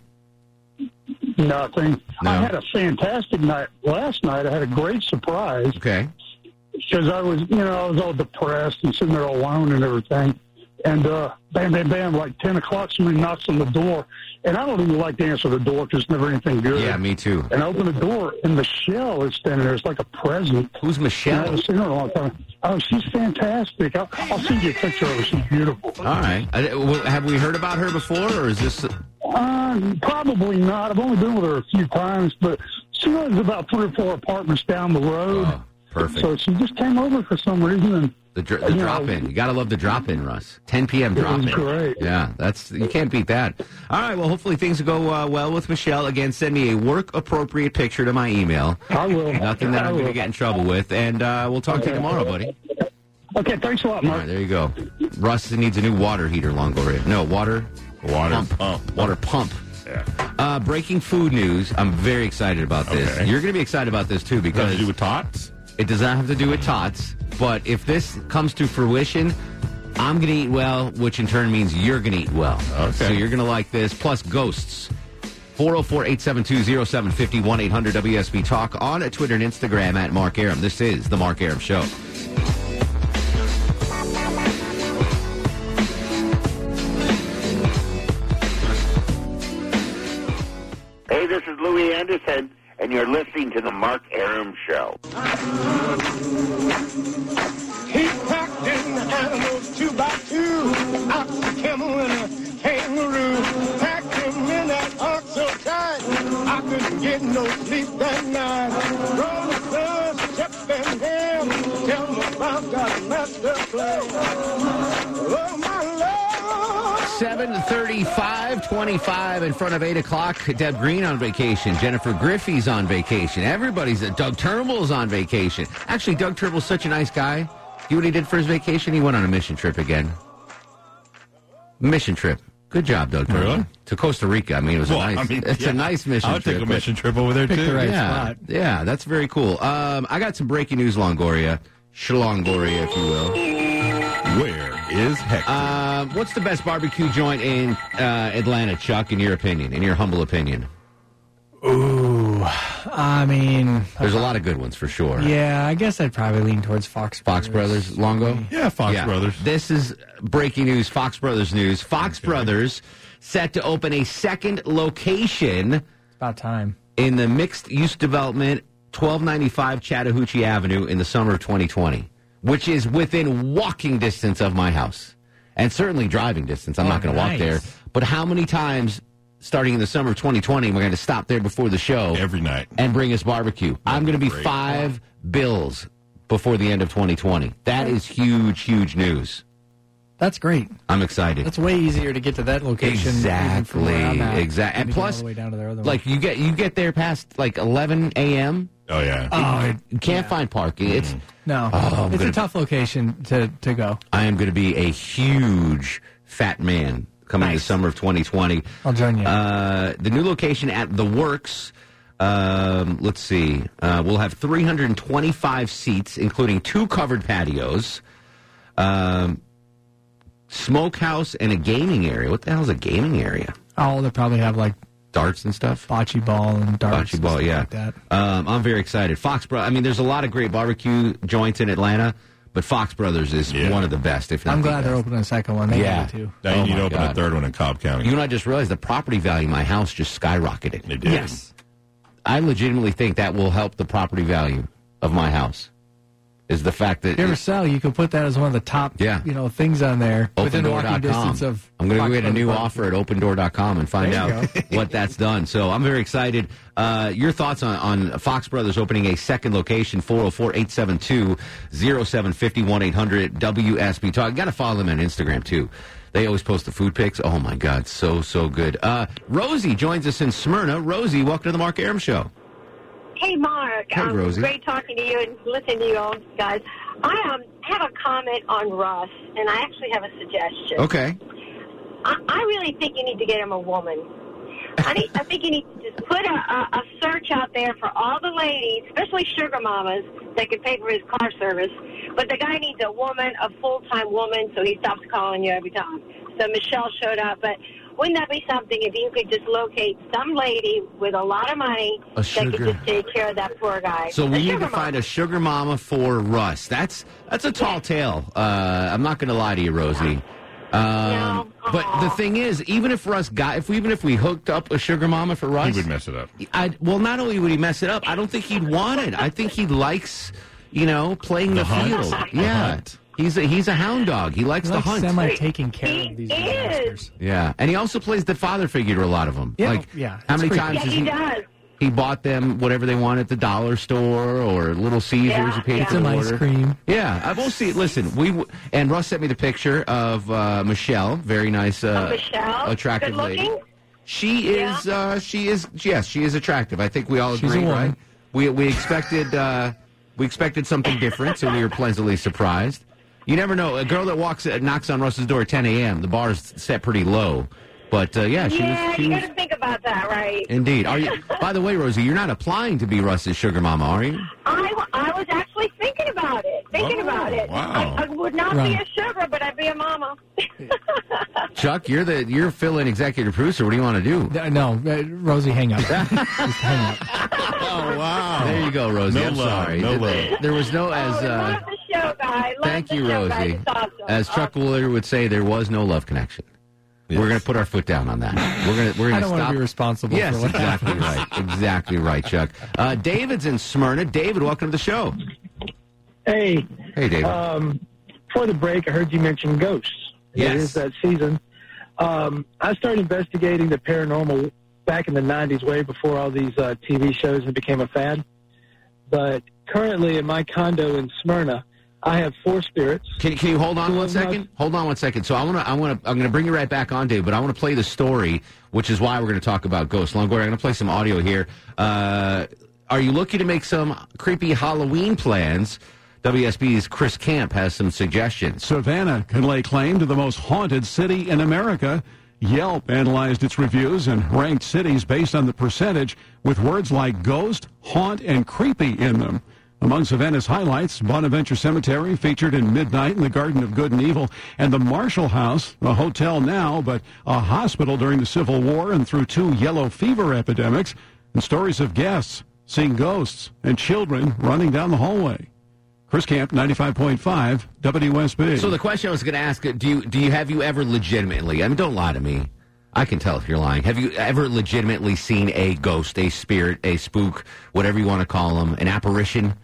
Nothing. I had a fantastic night last night. I had a great surprise. Okay. Because I was, you know, I was all depressed and sitting there alone and everything. And uh, bam, bam, bam, like 10 o'clock, somebody knocks on the door. And I don't even like to answer the door because it's never anything good. Yeah, me too. And I open the door, and Michelle is standing there. It's like a present. Who's Michelle? I haven't seen her in a long time. Oh, she's fantastic. I'll, I'll send you a picture of her. She's beautiful. All right. I- w- Uh, have we heard about her before, or is this? Uh, probably not. I've only been with her a few times, but she lives about three or four apartments down the road. Oh, perfect. So she just came over for some reason. And The, dr- the Yeah. drop in. You got to love the drop in, Russ. 10 p.m. It drop was in. great. Yeah, that's you can't beat that. All right, well, hopefully things will go uh, well with Michelle. Again, send me a work appropriate picture to my email. I will. Nothing that I I'm going to will. get in trouble with, and uh, we'll talk to you tomorrow, buddy. Okay, thanks a lot, All Mark. right, there you go. Russ needs a new water heater, Longoria. No water. Water pump. Water pump. Yeah. Uh, breaking food news. I'm very excited about this. You're going to be excited about this too because do with tots. It does not have to do with tots, but if this comes to fruition, I'm going to eat well, which in turn means you're going to eat well. So you're going to like this, plus ghosts. 404 872 0750 800 WSB Talk on Twitter and Instagram at Mark Aram. This is The Mark Aram Show. Hey, this is Louis Anderson, and you're listening to the Mark Aram Show. He packed in animals two by two, ox, a camel, and a kangaroo. Packed him in that ox so tight, I couldn't get no sleep that night. Roll the thugs, chip and ham, tell them about that master plan. Oh, my love. 735, 25 in front of 8 o'clock. Deb Green on vacation. Jennifer Griffey's on vacation. Everybody's. uh, Doug Turnbull's on vacation. Actually, Doug Turnbull's such a nice guy. You know what he did for his vacation? He went on a mission trip again. Mission trip. Good job, Doug Turnbull. To Costa Rica. I mean, it was Well, a nice. I mean, it's yeah. a nice mission. I would take trip, a but- mission trip over there, Pick the too. right yeah, spot. yeah, that's very cool. Um, I got some breaking news, Longoria, Shalongoria, if you will. Where is Hector? Uh, what's the best barbecue joint in uh, Atlanta, Chuck? In your opinion, in your humble opinion, Ooh, I mean, there's a lot of good ones for sure. yeah, I guess I'd probably lean towards Fox. Fox Brothers, Longo? Mm-hmm. Yeah, Fox Brothers. This is breaking news, Fox Brothers news. Fox Brothers set to open a second location. About time. In the mixed use development, 1295 Chattahoochee Avenue in the summer of 2020, which is within walking distance of my house and certainly driving distance. I'm not going to walk Oh, nice. there. But how many times starting in the summer of 2020 we're going to stop there before the show every night and bring us barbecue? I'm going to be great. five bills before the end of 2020. That is huge, huge news. That's great. I'm excited. That's way easier to get to that location. even from where I'm at Exactly. Exactly. And than to get all plus, the way down to their other one. like you get you get there past like 11 a.m. Oh yeah. Oh, you can't find parking. It's no, Oh, I'm it's gonna- a tough location to to go. I am going to be a huge fat man coming the summer of 2020. I'll join you. Uh, the new location at the Works. Um, let's see. Uh, we'll have 325 seats, including two covered patios, um, smokehouse, and a gaming area. What the hell is a gaming area? Oh, they probably have like darts and stuff, bocce ball and darts. Bocce ball, and stuff yeah. like that. Um, I'm very excited. Fox Bro. I mean, there's a lot of great barbecue joints in Atlanta, but Fox Brothers is one of the best, if not I'm the glad they're opening a second one. They yeah. need to. Oh my God. one in Cobb County. You know, what I just realized the property value of my house just skyrocketed. It did. Yes. I legitimately think that will help the property value of my house. Is the fact that If you ever sell, you could put that as one of the top, Yeah. you know, things on there within walking opendoor.com. distance of. I'm going to Fox go get a new Brothers. offer at opendoor.com and find There you out what that's done. So I'm very excited. Uh, your thoughts on, on Fox Brothers opening a second location, 404 872 0750 800 WSB Talk. Got to follow them on Instagram, too. They always post the food pics. Oh, my God. So, so good. Uh, Rosie joins us in Smyrna. Rosie, welcome to the Mark Aram Show. Hey, Mark. Hey, um, Rosie. Great talking to you and listening to you all, guys. I um, have a comment on Russ, and I actually have a suggestion. Okay. I, I really think you need to get him a woman. I, need, I think you need to just put a, a, a search out there for all the ladies, especially sugar mamas, that can pay for his car service. But the guy needs a woman, a full time woman, so he stops calling you every time. So Michelle showed up, but wouldn't that be something if you could just locate some lady with a lot of money A that could sugar- just take care of that poor guy? So A we need sugar to mama. find a sugar mama for Russ. That's that's a tall tale. Uh, I'm not going to lie to you, Rosie. Um, But the thing is, even if Russ got, if we, even if we hooked up a sugar mama for Russ, He would mess it up. I, well, not only would he mess it up, I don't think he'd want it. I think he likes, you know, playing the, hunt. field. The yeah, hunt. he's a, he's a hound dog. He likes It's the like hunt. semi taking care of these. is. yeah, and he also plays the father figure to a lot of them. Yeah, like, yeah, how it's many pretty- times Yeah, has he does. he bought them whatever they want at the dollar store or Little Caesars. Yeah, you paid yeah. for the Some ice order. cream. Yeah, I've all seen. Listen, we w- and Russ sent me the picture of uh, Michelle. Very nice, uh, Oh, Michelle? attractive lady. Good-looking? She is. Uh, she is. Yes, she is attractive. I think we all She's a agree, woman. right? We we expected uh, we expected something different, so we were pleasantly surprised. You never know. A girl that walks uh, knocks on Russ's door at 10 a.m. The bar is set pretty low, but uh, yeah, she was. She you was got to think about that, right? Indeed. Are you? By the way, Rosie, you're not applying to be Russ's sugar mama, are you? I, I was actually thinking about it. wow. I, I would not be Right. a sugar, but I'd be a mama. Chuck, you're the you're fill-in executive producer. What do you want to do? No, uh, Rosie, hang up. Just hang up. Oh wow! There you go, Rosie. No I'm love, sorry. no Th- love. There was no as. Uh, Love the show, guy. Love thank the you, show, guys. Rosie. It's awesome. As Chuck Wooler would say, there was no love connection. We're going to put our foot down on that. We're going to we're I going don't stop. want to be responsible yes, for what exactly happens. right. Exactly right, Chuck. Uh, David's in Smyrna. David, welcome to the show. Hey. Hey, David. Um, before the break, I heard you mention ghosts. Yes. It is that season. Um, I started investigating the paranormal back in the 90s, way before all these uh, TV shows and became a fad. But currently in my condo in Smyrna, I have four spirits. Can, can you hold on one second? Hold on one second. So I want to, I want to, I'm going to bring you right back on, Dave. But I want to play the story, which is why we're going to talk about ghosts. Longoria, I'm going to play some audio here. Uh, are you looking to make some creepy Halloween plans? WSB's Chris Camp has some suggestions. Savannah can lay claim to the most haunted city in America. Yelp analyzed its reviews and ranked cities based on the percentage with words like ghost, haunt, and creepy in them. Among Savannah's highlights, Bonaventure Cemetery featured in Midnight in the Garden of Good and Evil, and the Marshall House, a hotel now, but a hospital during the Civil War and through two yellow fever epidemics, and stories of guests seeing ghosts and children running down the hallway. Chris Camp, 95.5 WSB. So the question I was going to ask: Do you, do you have you ever legitimately? I mean, don't lie to me. I can tell if you're lying. Have you ever legitimately seen a ghost, a spirit, a spook, whatever you want to call them, an apparition?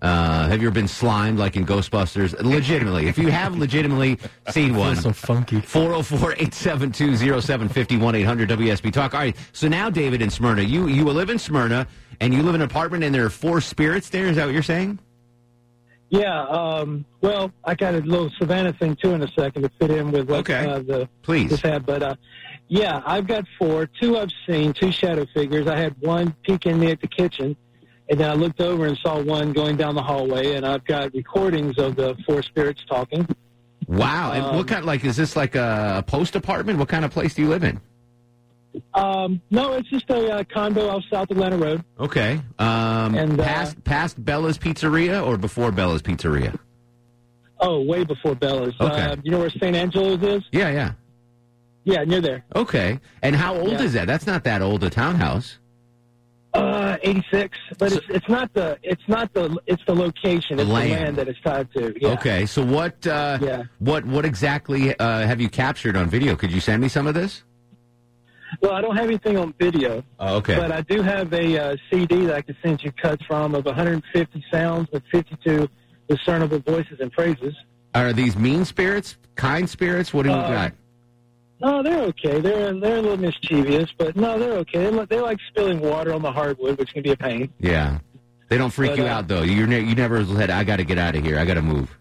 Uh, have you ever been slimed like in Ghostbusters? Legitimately, if you have legitimately seen I one, feel so funky. 404 872 0751 800 WSB Talk. All right, so now, David, in Smyrna, you, you live in Smyrna and you live in an apartment and there are four spirits there. Is that what you're saying? Yeah, um, well, I got a little Savannah thing too in a second to fit in with what uh, the Please. this had, but uh, yeah, I've got four. Two I've seen, two shadow figures. I had one peeking me at the kitchen, and then I looked over and saw one going down the hallway. And I've got recordings of the four spirits talking. Wow. and Um, what kind, like, is this like a post apartment? What kind of place do you live in? Um, no, it's just a uh, condo off South Atlanta Road. Okay. Um, And, uh, past, past Bella's Pizzeria or before Bella's Pizzeria? Oh, way before Bella's. Uh, you know where St. Angelo's is? Yeah, yeah. Yeah, near there. Okay. And how old Yeah. is that? That's not that old a townhouse. Uh, 86, but it's, it's not the it's not the it's the location, it's Land. the land that it's tied to. Yeah. Okay. So what, uh, what, what exactly uh, have you captured on video? Could you send me some of this? Well, I don't have anything on video. Oh, okay. But I do have a uh, CD that I can send you cuts from of 150 sounds with 52 discernible voices and phrases. Uh, Are these mean spirits? Kind spirits? What do you got? No, they're okay. They're they're a little mischievous, but no, they're okay. They, li- they like spilling water on the hardwood, which can be a pain. Yeah. They don't freak But, you uh, out though. You're ne- you never said I got to get out of here. I got to move.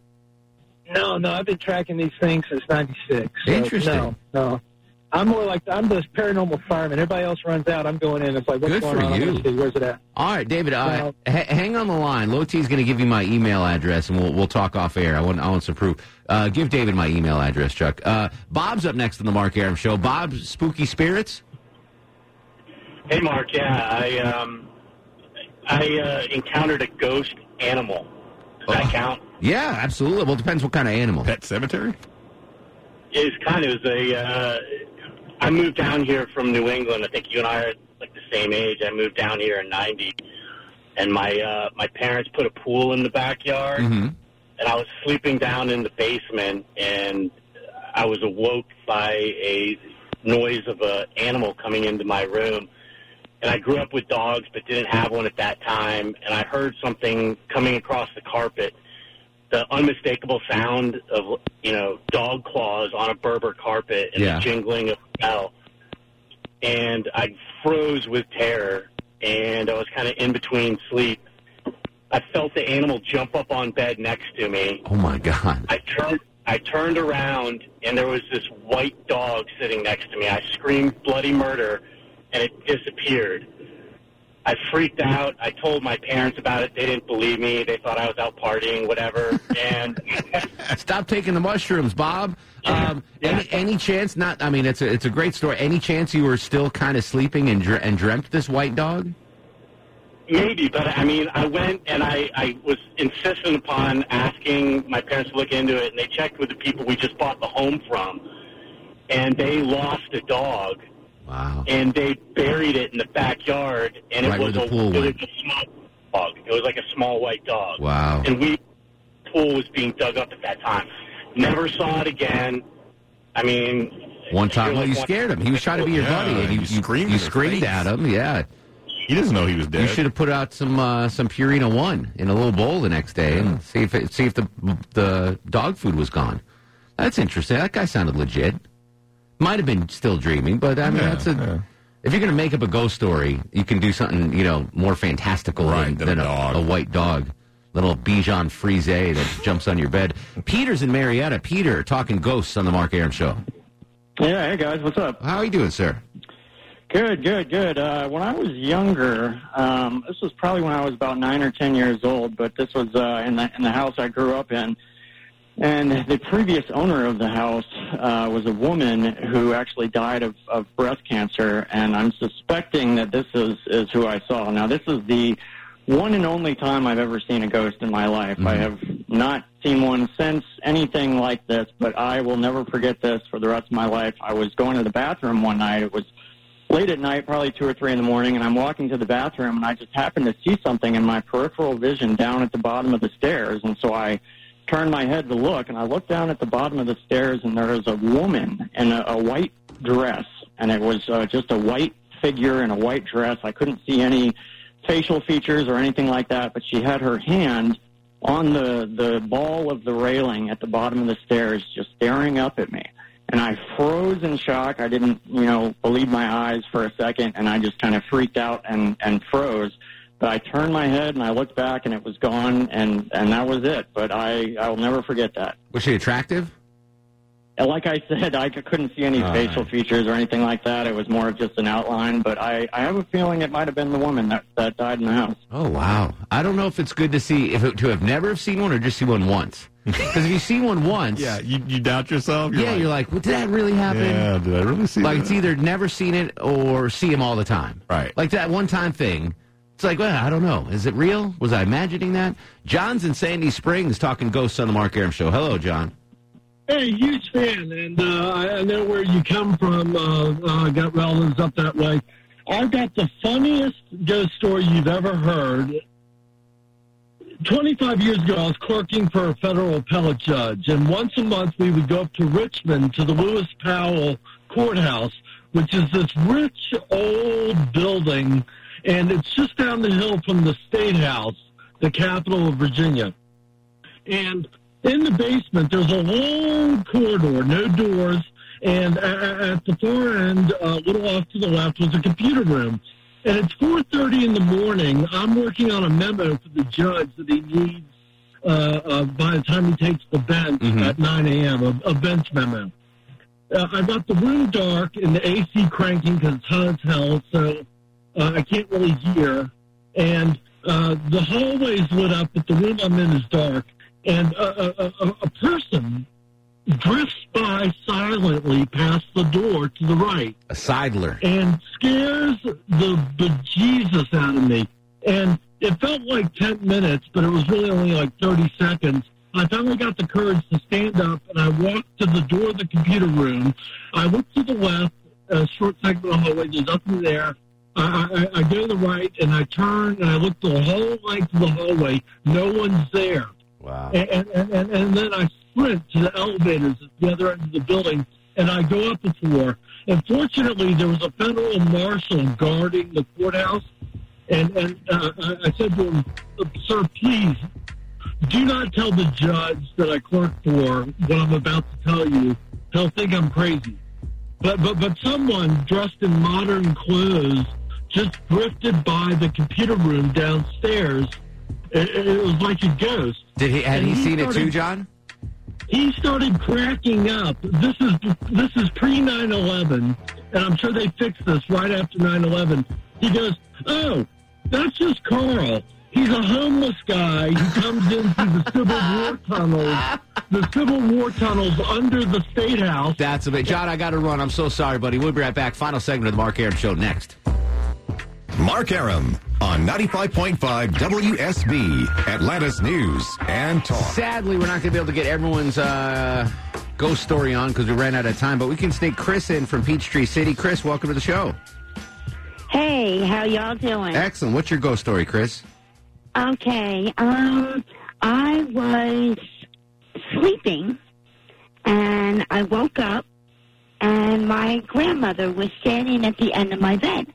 No, no, I've been tracking these things since '96. so Interesting. No, no. I'm more like I'm the paranormal fireman. Everybody else runs out. I'm going in. It's like what's Good going for on? I'm you. gonna see. Where's it at? All right, David. Uh, Well- ha- hang on the line. Low T's going to give you my email address, and we'll we'll talk off air. I want I want some proof. Uh, give David my email address, Chuck. Uh, Bob's up next on the Mark Aram Show. Bob, spooky spirits. Hey, Mark. Yeah, I um, I uh, encountered a ghost animal. Does that count? Yeah, absolutely. Well, it depends what kind of animal. Pet cemetery. It's kind of it was a. Uh, I moved down here from New England. I think you and I are like the same age. I moved down here in '90, and my uh, my parents put a pool in the backyard, and I was sleeping down in the basement, and I was awoke by a noise of a animal coming into my room. And I grew up with dogs, but didn't have one at that time. And I heard something coming across the carpet the unmistakable sound of you know dog claws on a Berber carpet and Yeah. the jingling of a bell, and I froze with terror. And I was kind of in between sleep. I felt the animal jump up on bed next to me. Oh my God! I turned, I turned around, and there was this white dog sitting next to me. I screamed bloody murder, and it disappeared. I freaked out. I told my parents about it. They didn't believe me. They thought I was out partying, whatever. and Stop taking the mushrooms, Bob. Um, any, any chance? Not. I mean, it's a it's a great story. Any chance you were still kind of sleeping and dr- and dreamt this white dog? Maybe, but I mean, I went and I, I was insistent upon asking my parents to look into it, and they checked with the people we just bought the home from, and they lost a dog. Wow. And they buried it in the backyard, and Right it where was the a pool it was went. a small dog. It was like a small white dog. Wow. And we pool was being dug up at that time. Never saw it again. I mean, One time, well, you scared him. He was trying to be your buddy, and you, you screamed. You screamed at him. Yeah, he doesn't know he was You dead. should have put out some uh, some Purina One in a little bowl the next day and see if it, see if the the dog food was gone. That's interesting. That guy sounded legit. Might have been still dreaming, but I mean, Yeah, that's a. If you're going to make up a ghost story, you can do something you know more fantastical than, than a, a white dog, little Bichon Frise that jumps on your bed. Peter's in Marietta. Peter talking ghosts on the Mark Aram Show. Yeah, hey guys, what's up? How are you doing, sir? Good, good, good. Uh, when I was younger, um, this was probably when I was about nine or ten years old, but this was uh, in the in the house I grew up in, and the previous owner of the house uh, was a woman who actually died of, of breast cancer, and I'm suspecting that this is is who I saw. Now, this is the one and only time I've ever seen a ghost in my life. I have not seen one since anything like this, but I will never forget this for the rest of my life. I was going to the bathroom one night. It was late at night, probably two or three in the morning, and I'm walking to the bathroom, and I just happened to see something in my peripheral vision down at the bottom of the stairs, and so I turned my head to look, and I looked down at the bottom of the stairs, and there was a woman in a, a white dress, and it was uh, just a white figure in a white dress. I couldn't see any facial features or anything like that, but she had her hand on the the ball of the railing at the bottom of the stairs, just staring up at me. And I froze in shock. I didn't, you know, believe my eyes for a second, and I just kind of freaked out and and froze. But I turned my head and I looked back, and it was gone, and and that was it. But I I will never forget that. Was she attractive? And like I said, I c- couldn't see any All facial features or anything like that. It was more of just an outline. But I I have a feeling it might have been the woman that that died in the house. Oh wow! I don't know if it's good to see if to have never have seen one or just see one once. Because if you see one once, Yeah, you, you doubt yourself. yeah, you're like, well, did that really happen? Yeah, did I really see like that? it's either never seen it or see him all the time. Right. Like that one time thing. It's like, well, I don't know. Is it real? Was I imagining that? John's in Sandy Springs talking ghosts on the Mark Aram Show. Hello, John. Hey, huge fan, and uh, I I know where you come from. Uh, uh, got relatives up that way. I've got the funniest ghost story you've ever heard. 25 years ago, I was clerking for a federal appellate judge, and once a month we would go up to Richmond to the Lewis Powell Courthouse, which is this rich old building, and it's just down the hill from the State House, the capital of Virginia. And in the basement, there's a long corridor, no doors, and a- a- at the far end, a little off to the left, was a computer room. And it's 4:30 in the morning. I'm working on a memo for the judge that he needs uh, uh, by the time he takes the bench at 9 a.m. A, a bench memo. Uh, I got the room dark and the AC cranking because it's hot as hell, so uh, I can't really hear. And uh, the hallway's lit up, but the room I'm in is dark. And a, a, a, a person drifts by silently past the door to the right. A sidler. And scares the bejesus out of me. And it felt like 10 minutes, but it was really only like 30 seconds. I finally got the courage to stand up and I walked to the door of the computer room. I looked to the left, a short segment of the hallway, there's nothing there. I, I, I go to the right and I turn and I look the whole length of the hallway. No one's there. Wow. And, and, and, and then I sprint to the elevators at the other end of the building and I go up the floor. And fortunately, there was a federal marshal guarding the courthouse. And, and uh, I- I said to him, Sir, please do not tell the judge that I clerk for what I'm about to tell you. He'll think I'm crazy. But but but someone dressed in modern clothes just drifted by the computer room downstairs. It, it- it was like a ghost. Did he? Had And he seen it started- too, John? He started cracking up. This is this is pre 9/11, and I'm sure they fixed this right after 9/11. He goes, "Oh, that's just Carl. He's a homeless guy who comes in through the Civil War tunnels, the Civil War tunnels under the State House." That's a bit. John, I got to run. I'm so sorry, buddy. We'll be right back. Final segment of the Mark Aram Show next. Mark Aram on 95.5 WSB, Atlantis News and Talk. Sadly, we're not going to be able to get everyone's uh, ghost story on because we ran out of time, but we can sneak Chris in from Peachtree City. Chris, welcome to the show. Hey, how y'all doing? Excellent. What's your ghost story, Chris? Okay. Um, I was sleeping and I woke up and my grandmother was standing at the end of my bed.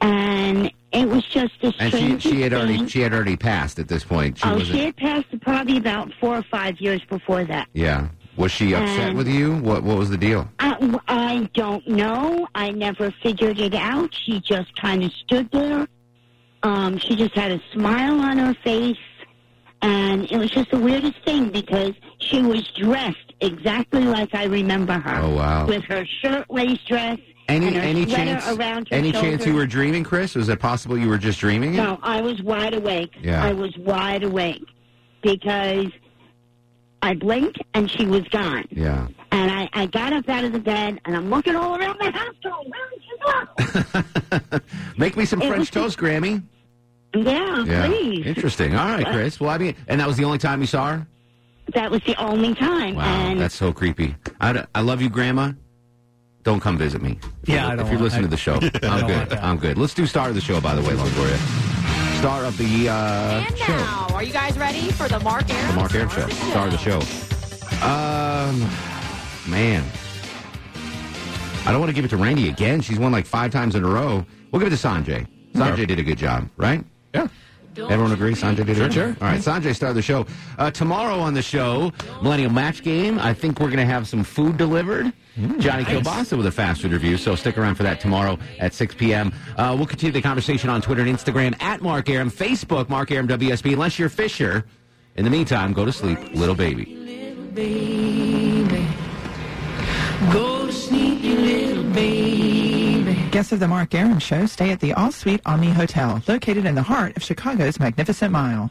And it was just the And strangest she she had thing. already she had already passed at this point. She oh, wasn't. she had passed probably about four or five years before that. yeah. Was she upset And- with you? What what was the deal? I, I don't know. I never figured it out. She just kind of stood there. Um, she just had a smile on her face. And it was just the weirdest thing because she was dressed exactly like I remember her. Oh, wow. With her shirtwaist dress. Any and her any sweater chance around her any chance you shoulders. were dreaming, Chris? Was it possible you were just dreaming? it? No, I was wide awake. Yeah. I was wide awake because I blinked and she was gone. Yeah. And I, I got up out of the bed and I'm looking all around the house going, where did you go? Make me some It French was- toast, Grammy. Yeah, please. Interesting. All right, Uh, Chris. Well, I mean, and that was the only time you saw her. That was the only time. Wow, and that's so creepy. I, d- I love you, Grandma. Don't come visit me. If Yeah, you- I don't if you want- listen I- to the show, I I'm don't want good. that. I'm good. Let's do star of the show, by the way, Longoria. Star of the uh, show. Now, are you guys ready for the Mark The Aaron? Mark Aram Show, star of the show. Um, man, I don't want to give it to Randy again. She's won like five times in a row. We'll give it to Sanjay. Sanjay did a good job, right? Yeah. Everyone agrees Sanjay did a good Sure, job? All right, Sanjay, star of the show. Uh, tomorrow on the show, Millennial Match Game. I think we're going to have some food delivered. Mm-hmm. Johnny nice. Kilbasa with a fast food review, so stick around for that tomorrow at 6 p.m. Uh, we'll continue the conversation on Twitter and Instagram at Mark Aram, Facebook, Mark Aram WSB, unless you're Fisher. In the meantime, go to sleep, little baby. baby. Go to sleep, you little baby. Guests of the Mark Aram Show stay at the All Suite Omni Hotel, located in the heart of Chicago's Magnificent Mile.